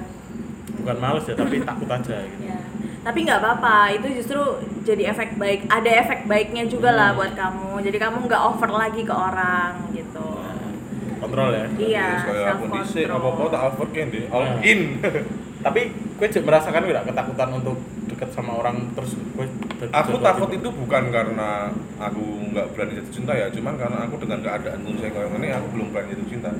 Bukan males ya, tapi takut aja gitu. Ya. Tapi nggak apa-apa, itu justru jadi efek baik. Ada efek baiknya juga lah Hmm. buat kamu. Jadi kamu nggak over lagi ke orang gitu. Kontrol ya. Iya, Terus kayak self aku dhisik apa-apa control. tak over ke Dik. All Nah. in. Tapi gue merasakan gue nggak ketakutan untuk dekat sama orang terus gitu? gue jatuh- Aku jatuh takut cinta. itu bukan karena aku nggak berani jatuh cinta ya, cuman karena aku dengan keadaan saya kayak ini aku belum berani jatuh cinta.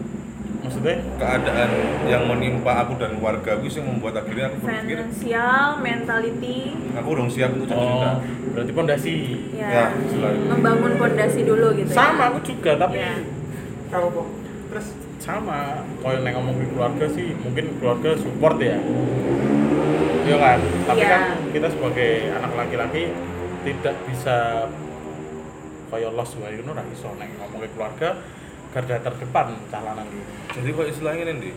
Maksudnya? keadaan yang menimpa aku dan keluarga aku sih yang membuat akhirnya aku berpikir Financial, mentality, aku belum siap untuk jatuh cinta Oh, berarti pondasi. ya. Ya, selalu. Membangun pondasi dulu gitu. ya. Sama aku juga, tapi Ya. Tahu kok. Terus sama kalau yang ngomongin keluarga sih mungkin keluarga support ya iya kan tapi Iya. kan kita sebagai anak laki-laki tidak bisa kaya los wae ngono ra iso nek ngomongin keluarga garda terdepan calonan gitu jadi kok istilahnya nih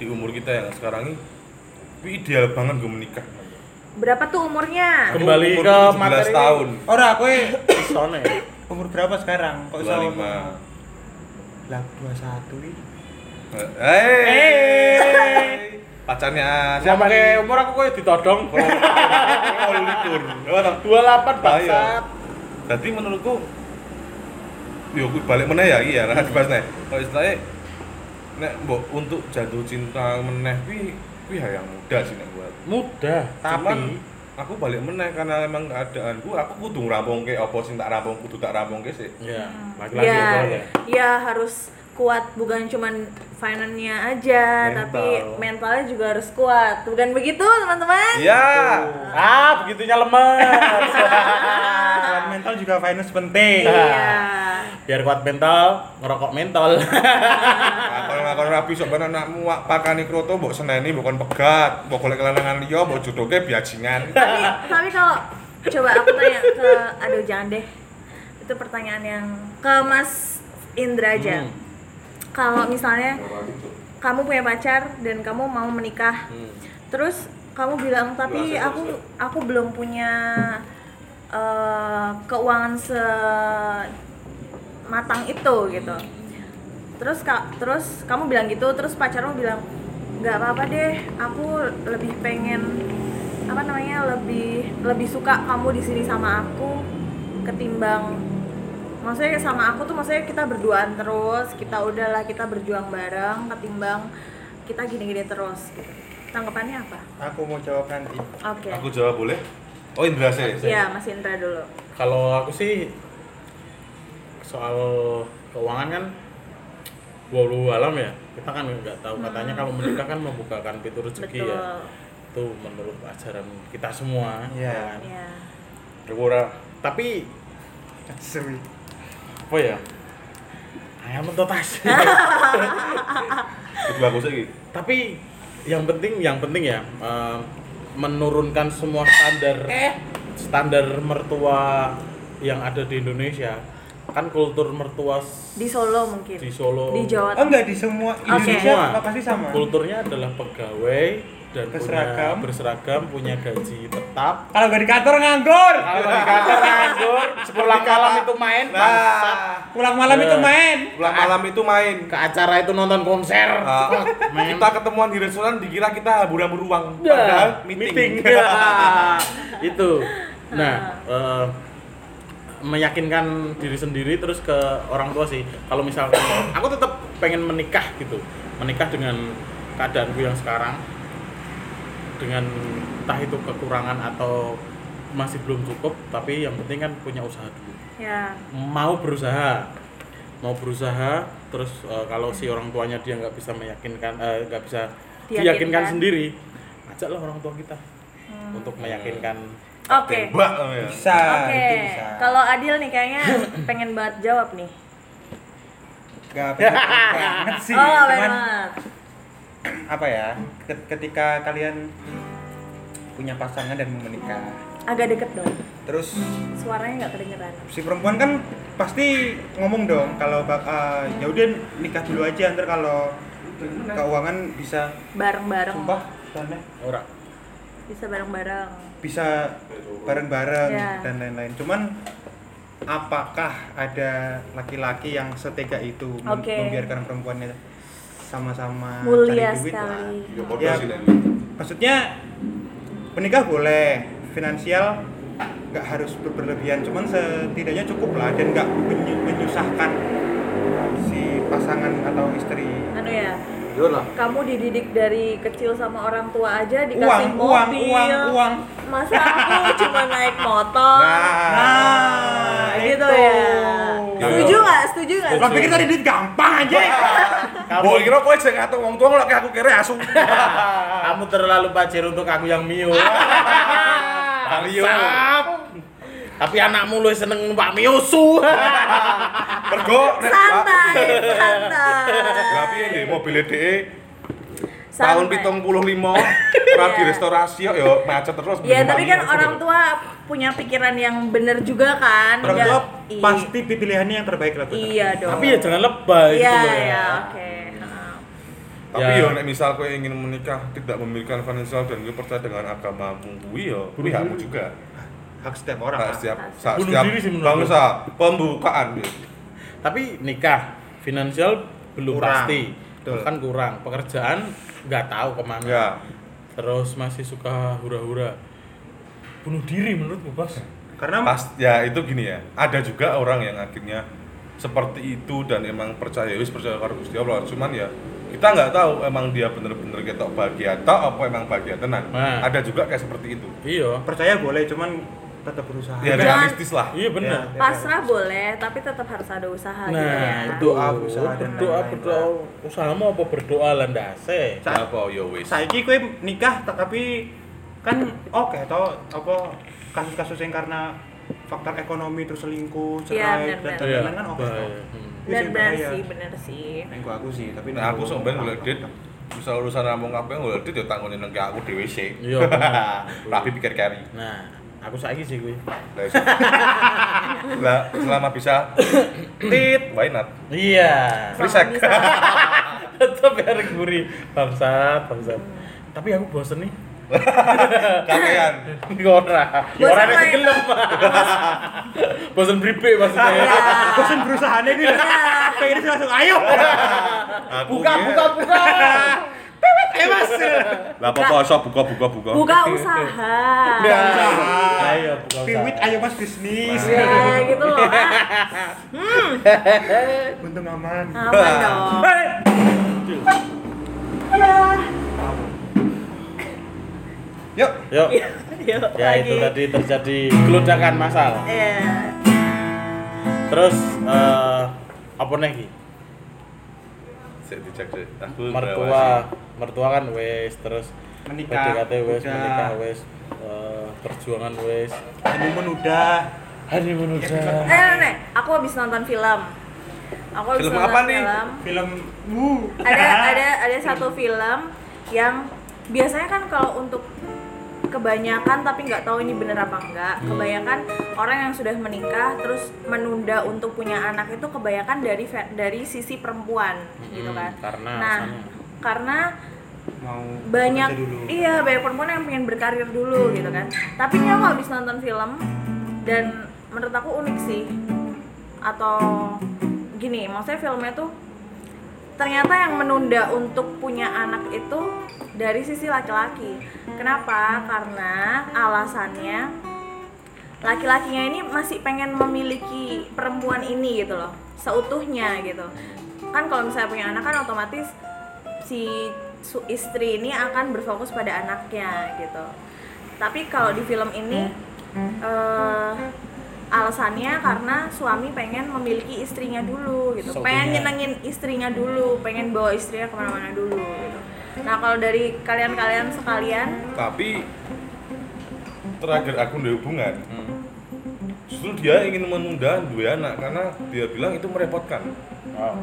di umur kita yang sekarang ini tapi ideal banget gue menikah Berapa tuh umurnya? Kembali Umur- ke umurku 17 materi. tahun ora kue iso nek umur berapa sekarang? Kok iso? 25 Lah 21 ih. Eh. Hei, Eh. pacarnya siapa ngomongke nih? Nah, umur aku koyo ditodong Kalau likur, 28 Ayo. bangsat Jadi menurutku, yo aku balik mana ya, iya lah dibahas nih. Kalau istilahnya, nek mbok untuk jatuh cinta meneh, wi, wi yang muda sih nek buat. muda tapi tapi aku balik meneh karena emang keadaanku aku kudu ngrampungke apa sing tak rampung kudu tak rampungke sih ya laki-laki Ya, ya, ya. ya harus kuat bukan cuman finance-nya aja, Mental. tapi mentalnya juga harus kuat. Bukan begitu, teman-teman? iya ah begitunya lemes Ah. Selain mental juga finance penting. Iya. biar kuat mental ngerokok mentol kalau ngakon rapi sok ben anakmu wak pakani kroto mbok seneni bukan pegat mbok golek lanangan liya mbok jodohke biajingan tapi tapi kalau coba aku tanya ke aduh jangan deh. Itu pertanyaan yang ke Mas Indra aja. Hmm. Kalau misalnya kamu punya pacar dan kamu mau menikah, terus kamu bilang tapi Jelas, aku aku belum punya eh, keuangan sematang itu gitu terus ka- terus kamu bilang gitu terus pacarmu bilang nggak apa-apa deh aku lebih pengen eh, apa namanya lebih lebih suka kamu di sini sama aku ketimbang maksudnya sama aku tuh maksudnya kita berduaan terus kita udahlah kita berjuang bareng ketimbang kita gini-gini terus gitu. tanggapannya apa aku mau jawab nanti oke Aku jawab boleh? Oh Indra saya. Iya, Mas Indra dulu. kalau aku sih soal keuangan kan walau alam ya kita kan nggak tahu katanya kalau menikah kan membukakan pintu rezeki Hmm. Betul. ya itu menurut ajaran kita semua Iya. kan. Iya. Ora- tapi sewi apa ya ayam mentot tas. Kedua aku sih. tapi yang penting yang penting ya eh, menurunkan semua standar Eh. standar mertua yang ada di Indonesia kan kultur mertua s- Di Solo mungkin. di Solo Di Jawa. oh enggak di semua Indonesia Semua. apa- pasti sama kulturnya adalah pegawai dan punya- Berseragam. berseragam punya gaji tetap kalau nggak di kantor nganggur kalau di kantor nganggur Nah. sepulang malam itu main bangsat. pulang malam Eh. itu main Pulang Ah, malam itu main. ke acara itu nonton konser Ah, Main. kita ketemuan di restoran dikira kita hambur-hambur uang Nah, Ya, padahal meeting. Ya, itu nah eh, meyakinkan diri sendiri terus ke orang tua sih kalau misalkan aku tetap pengen menikah gitu menikah dengan keadaanku yang sekarang dengan entah itu kekurangan atau masih belum cukup tapi yang penting kan punya usaha dulu Ya. mau berusaha mau berusaha terus eh, kalau si orang tuanya dia nggak bisa meyakinkan eh, nggak bisa Diyakinkan. diyakinkan. sendiri ajaklah orang tua kita Hmm. untuk meyakinkan Oke. Mbak, oh ya. bisa Oke. itu bisa Kalau Adil nih kayaknya pengen banget jawab nih. nggak pengen banget sih oh, cuman banget. apa ya ket- ketika kalian punya pasangan dan mau menikah Agak deket dong. terus Suaranya nggak kedengeran. si perempuan kan pasti ngomong dong kalau bak- eh, ya udah nikah dulu aja ntar kalau keuangan bisa Bareng-bareng. sumpah ya. Ah, soalnya orang Bisa bareng-bareng. bisa bareng-bareng Ya. dan lain-lain cuman apakah ada laki-laki yang setega itu mem- Oke. membiarkan perempuannya sama-sama Mulia cari duit sekali. Wah. Ya, bodoh Ya. sih, Nek. maksudnya menikah boleh finansial nggak harus ber- berlebihan cuman setidaknya cukup lah dan nggak menyu- menyusahkan si pasangan atau istri Anu ya, Jujur lah. kamu dididik dari kecil sama orang tua aja dikasih uang uang mobil. uang uang Masa aku cuma naik motor. Ah, nah, gitu ya. Ya, Setuju ya. nggak? Setuju nggak? Orang pikir tadi duit gampang aja Nah. Boy, kira kowe sing ngatur wong tua lek aku kira asu. Ah. kamu terlalu pacir untuk aku yang mio Mio tapi anakmu lu seneng Pak Miosu Mergo nek Santai, santai. Lah piye nggih mobil DE Santai. tahun 75 ora Iya. direstorasi kok, ya macet terus. Ya bener-bener tapi kan gitu macet. orang tua punya pikiran yang bener juga kan. orang Nggak- tua i- pasti pilihannya yang terbaik lah Tut. Iya dong. tapi ya jangan lebay Iya gitu loh ya, ya, oke. Heeh. Tapi Ya. Iya. yo nek misal kowe ingin menikah tidak memikirkan finansial dan kowe percaya dengan agamamu kuwi yo kuwi hakmu juga. hak setiap orang Nah, lah. setiap sa- Bunuh setiap diri sih menurut bangsa pembukaan ya. tapi nikah finansial belum Kurang. pasti Betul. kan kurang pekerjaan nggak tahu kemana Ya. terus masih suka hura-hura bunuh diri menurutku bos karena Pas ya itu gini ya. Ada juga orang yang akhirnya seperti itu dan emang percaya wis percaya karo Gusti Allah. Cuman ya kita nggak tahu emang dia bener-bener ketok bahagia atau apa emang bahagia tenan. Nah. Ada juga kayak seperti itu. iya percaya boleh cuman tetap berusaha Ya Jangan- realistis lah. iya benar Ya. Pasrah boleh, tapi tetap harus ada usaha gitu ya. nah itu Berdoa, usaha, dan berdoa lain-lain berdoa usahamu apa berdoa landase Sa- Apa ya wis. saiki kowe nikah ta- tapi kan oke toh apa kasus-kasus yang karena faktor ekonomi terus selingkuh cerai Iya, dan benar-benar. Iya, lain-lain kan oke toh bahaya. Hmm. Itu sih Benar bahaya. sih, benar sih. Nengku aku sih tapi Nah, aku nengku- sok ben golek dit. Misal urusan ramu ngapain golek dit ya tanggone nang aku dhewe sih. Iya, bener. Tapi pikir kari. nah aku saiki sih gue Lah, is- Lah selama bisa tit why not? iya Frisek. Sama bisa. tetap ya gurih bangsat bangsat tapi aku bosen nih Iya, Kakean. ora Bosen ora nek ya? main. gelem bosen bribe Iya. maksudnya bosen berusaha nih ini Iya. pengen langsung ayo Aku buka ya, buka buka Iya. ayo mas Lah apa iso buka-buka buka. buka usaha Iya. Ayo, buka usaha. Piwit ayo mas bisnis. ya gitu loh ah, Untung aman. aman Ah, dong Yuk. Yuk. Iya. Yuk, Ya itu tadi terjadi geludakan masal. Eh, Terus eh apa nih? Ki? Sik dicek sik. Aku Mertua, mertua kan wes terus Menikah. PDKT wes, udah. menikah wes, eh, perjuangan wes. Iya. Honeymoon udah. Hari menudah. eh nih aku habis nonton film aku habis Film nonton apa nih? film Film wuh. ada ada ada satu film yang biasanya kan kalau untuk kebanyakan tapi nggak tahu ini bener apa enggak Hmm. kebanyakan orang yang sudah menikah terus menunda untuk punya anak itu kebanyakan dari fe- dari sisi perempuan Mm-mm, gitu kan Hmm, karena nah alasannya. karena mau banyak kerja dulu. iya banyak perempuan yang pengen berkarir dulu gitu kan tapi ini aku habis nonton film dan menurut aku unik sih atau gini maksudnya filmnya tuh ternyata yang menunda untuk punya anak itu dari sisi laki-laki kenapa karena alasannya laki-lakinya ini masih pengen memiliki perempuan ini gitu loh seutuhnya gitu kan kalau misalnya punya anak kan otomatis si su- istri ini akan berfokus pada anaknya gitu tapi kalau di film ini eh, alasannya karena suami pengen memiliki istrinya dulu gitu pengen Seutuhnya. nyenengin istrinya dulu pengen bawa istrinya kemana-mana dulu gitu nah kalau dari kalian-kalian sekalian Tapi terakhir aku udah hubungan. Hmm. Justru dia ingin menunda dua anak karena dia bilang itu merepotkan. Oh,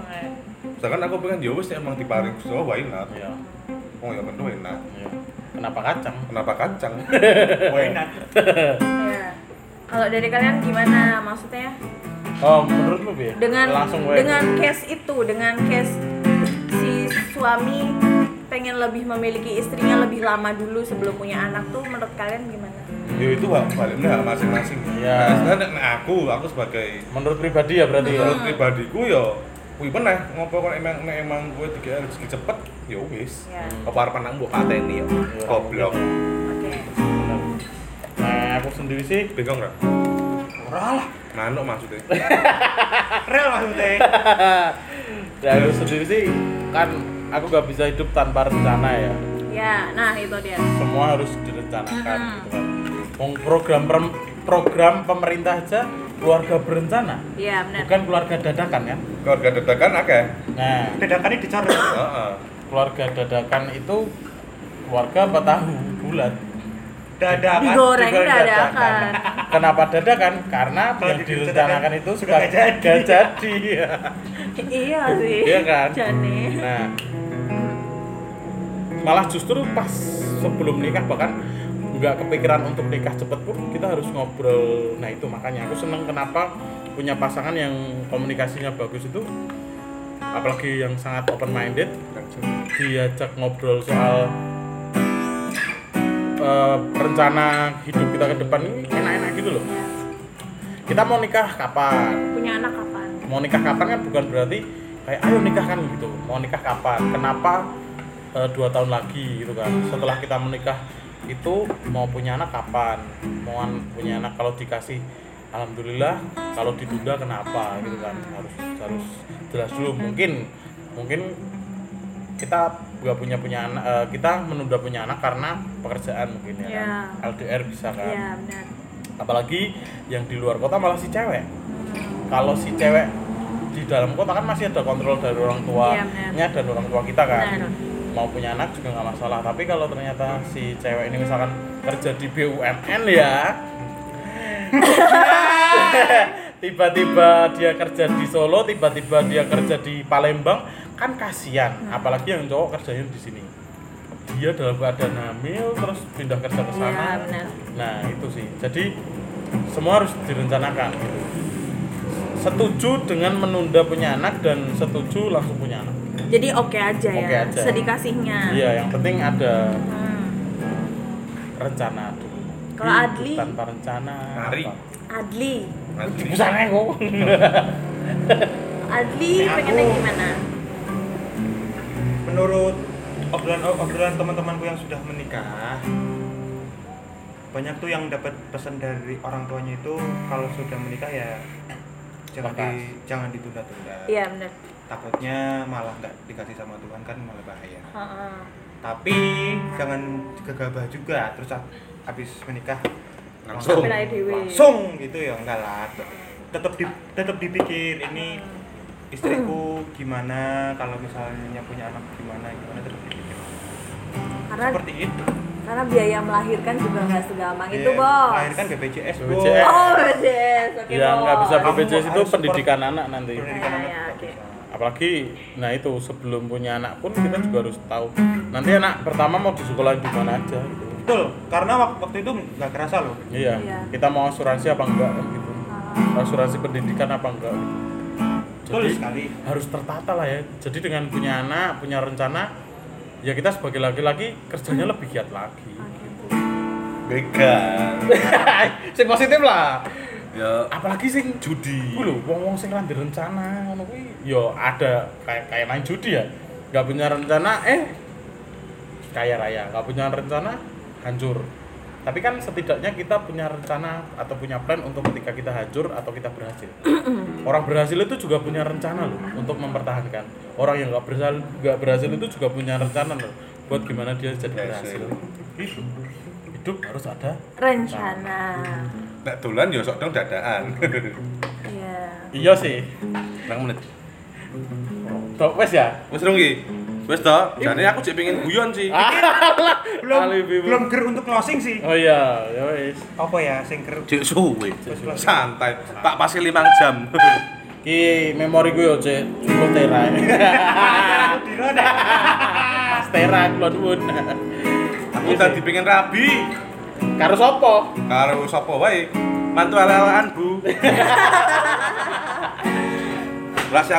Misalkan aku pengen ya wis emang diparing so why not. iya. Oh ya tentu enak. iya. Kenapa kacang? Kenapa kacang? Why not? ya. kalau dari kalian gimana maksudnya Oh, menurutmu bi? dengan langsung wae. dengan case itu dengan case si suami pengen lebih memiliki istrinya lebih lama dulu sebelum punya anak tuh menurut kalian gimana? ya itu hak baliknya hak masing-masing. Iya. Nah, sekarang nek aku, aku sebagai menurut pribadi ya berarti ya. menurut pribadiku ya kuwi meneh ngopo kok emang nek emang kowe tiga rezeki cepet ya wis Ya, keparepan nang mbok pateni ya Iya. goblok oke. Bener. Nah, aku sendiri sih bengong ra Ora lah. manuk maksudnya Rel maksudnya. ya aku sendiri sih kan aku nggak bisa hidup tanpa rencana ya. Ya, nah itu dia. Semua harus direncanakan Mhm. gitu kan. Wong program perem- program pemerintah aja keluarga berencana, Iya, benar. bukan keluarga dadakan kan. keluarga dadakan akeh Nah, Bedakannya dicoret. heeh keluarga dadakan itu keluarga apa tahu bulat. Dadakan. Digoreng Digoreng dadakan. Kenapa dadakan? Karena Kalau yang direncanakan, direncanakan itu suka nggak jadi. nggak jadi. iya sih. Iya kan? Jane. Nah, malah justru pas sebelum nikah bahkan nggak kepikiran untuk nikah cepet pun kita harus ngobrol. Nah itu makanya aku seneng kenapa punya pasangan yang komunikasinya bagus itu, apalagi yang sangat open minded diajak ngobrol soal eh, rencana hidup kita ke depan ini enak-enak gitu loh. Kita mau nikah kapan? Punya anak kapan? mau nikah kapan kan bukan berarti kayak ayo nikah kan gitu mau nikah kapan kenapa eh, dua tahun lagi gitu kan setelah kita menikah itu mau punya anak kapan mau an- punya anak kalau dikasih alhamdulillah kalau ditunda kenapa gitu kan harus harus jelas dulu mungkin mungkin kita nggak punya punya anak eh, kita menunda punya anak karena pekerjaan mungkin ya kan? LDR bisa kan Iya, benar. apalagi yang di luar kota malah si cewek kalau si cewek di dalam kota kan masih ada kontrol dari orang Iya, tuanya benar. dan orang tua kita kan Benar. mau punya anak juga nggak masalah tapi kalau ternyata si cewek ini misalkan kerja di BUMN ya tiba-tiba dia kerja di Solo tiba-tiba dia kerja di Palembang kan kasihan Hmm. apalagi yang cowok kerjanya di sini dia dalam keadaan hamil terus pindah kerja ke Iya, sana benar. Nah itu sih. Jadi semua harus direncanakan. gitu. Setuju dengan menunda punya anak dan setuju langsung punya anak. Jadi oke aja Oke ya. aja. Sedikasihnya. Iya, yang penting ada Hmm. rencana dulu. Kalau Hidup Adli? tanpa rencana. Mari. Adli. nanti Busane eh, kok. Adli Kayak pengennya aku. gimana? Menurut obrolan obrolan teman-temanku yang sudah menikah banyak tuh yang dapat pesan dari orang tuanya itu kalau sudah menikah ya jangan di- jangan ditunda-tunda iya bener takutnya malah nggak dikasih sama Tuhan kan malah bahaya Heeh. tapi jangan gegabah juga terus ab- abis menikah Langsung. Sampai lahir dewe. langsung gitu ya enggak lah tetap di, tetap dipikir ini istriku gimana kalau misalnya punya anak gimana gimana tetap dipikir karena seperti itu karena biaya melahirkan juga nggak segampang itu Iya, bos melahirkan BPJS bos BPJS. oh BPJS oke ya nggak Bos. Ah, bisa Kamu BPJS itu harus pendidikan anak nanti Iya, pendidikan anak iya, juga oke. bisa. apalagi nah itu sebelum punya anak pun kita juga harus tahu nanti anak pertama mau di sekolah di mana aja gitu betul karena wak- waktu itu nggak kerasa loh iya Iya. kita mau asuransi apa enggak kan gitu Ah, asuransi pendidikan apa enggak gitu. betul jadi sekali harus tertata lah ya jadi dengan punya anak punya rencana ya kita sebagai laki-laki kerjanya lebih giat lagi Mega. sing positif lah ya apalagi sing judi. Kuwi lho, wong-wong sing ra ndek rencana ngono kuwi ya ada kayak kayak main judi ya. Gak punya rencana eh kaya raya, gak punya rencana hancur. Tapi kan setidaknya kita punya rencana atau punya plan untuk ketika kita hancur atau kita berhasil. Orang berhasil itu juga punya rencana loh untuk mempertahankan. Orang yang gak berhasil gak berhasil itu juga punya rencana loh buat gimana dia jadi berhasil. Hidup, hidup harus ada rencana Hmm. Nek dolan ya sok dong dadaan. iya Iya sih. Nang menit. Tok wes ya. Wis dong Ki. Wis to, jane aku sih pengen guyon sih. belum Ali Bibu. belum ger untuk closing sih Oh iya, ya wis. apa ya sing ger Cek suwe. Wis closing. Santai. Tak pasti 5 jam. Ki memori gue yo cek cukup tera. Aku di roda. Mas tera kulo nuwun. aku tadi pengen rabi. karo sapa? Karo sapa wae? Mantu ala-alaan, Bu. Lah si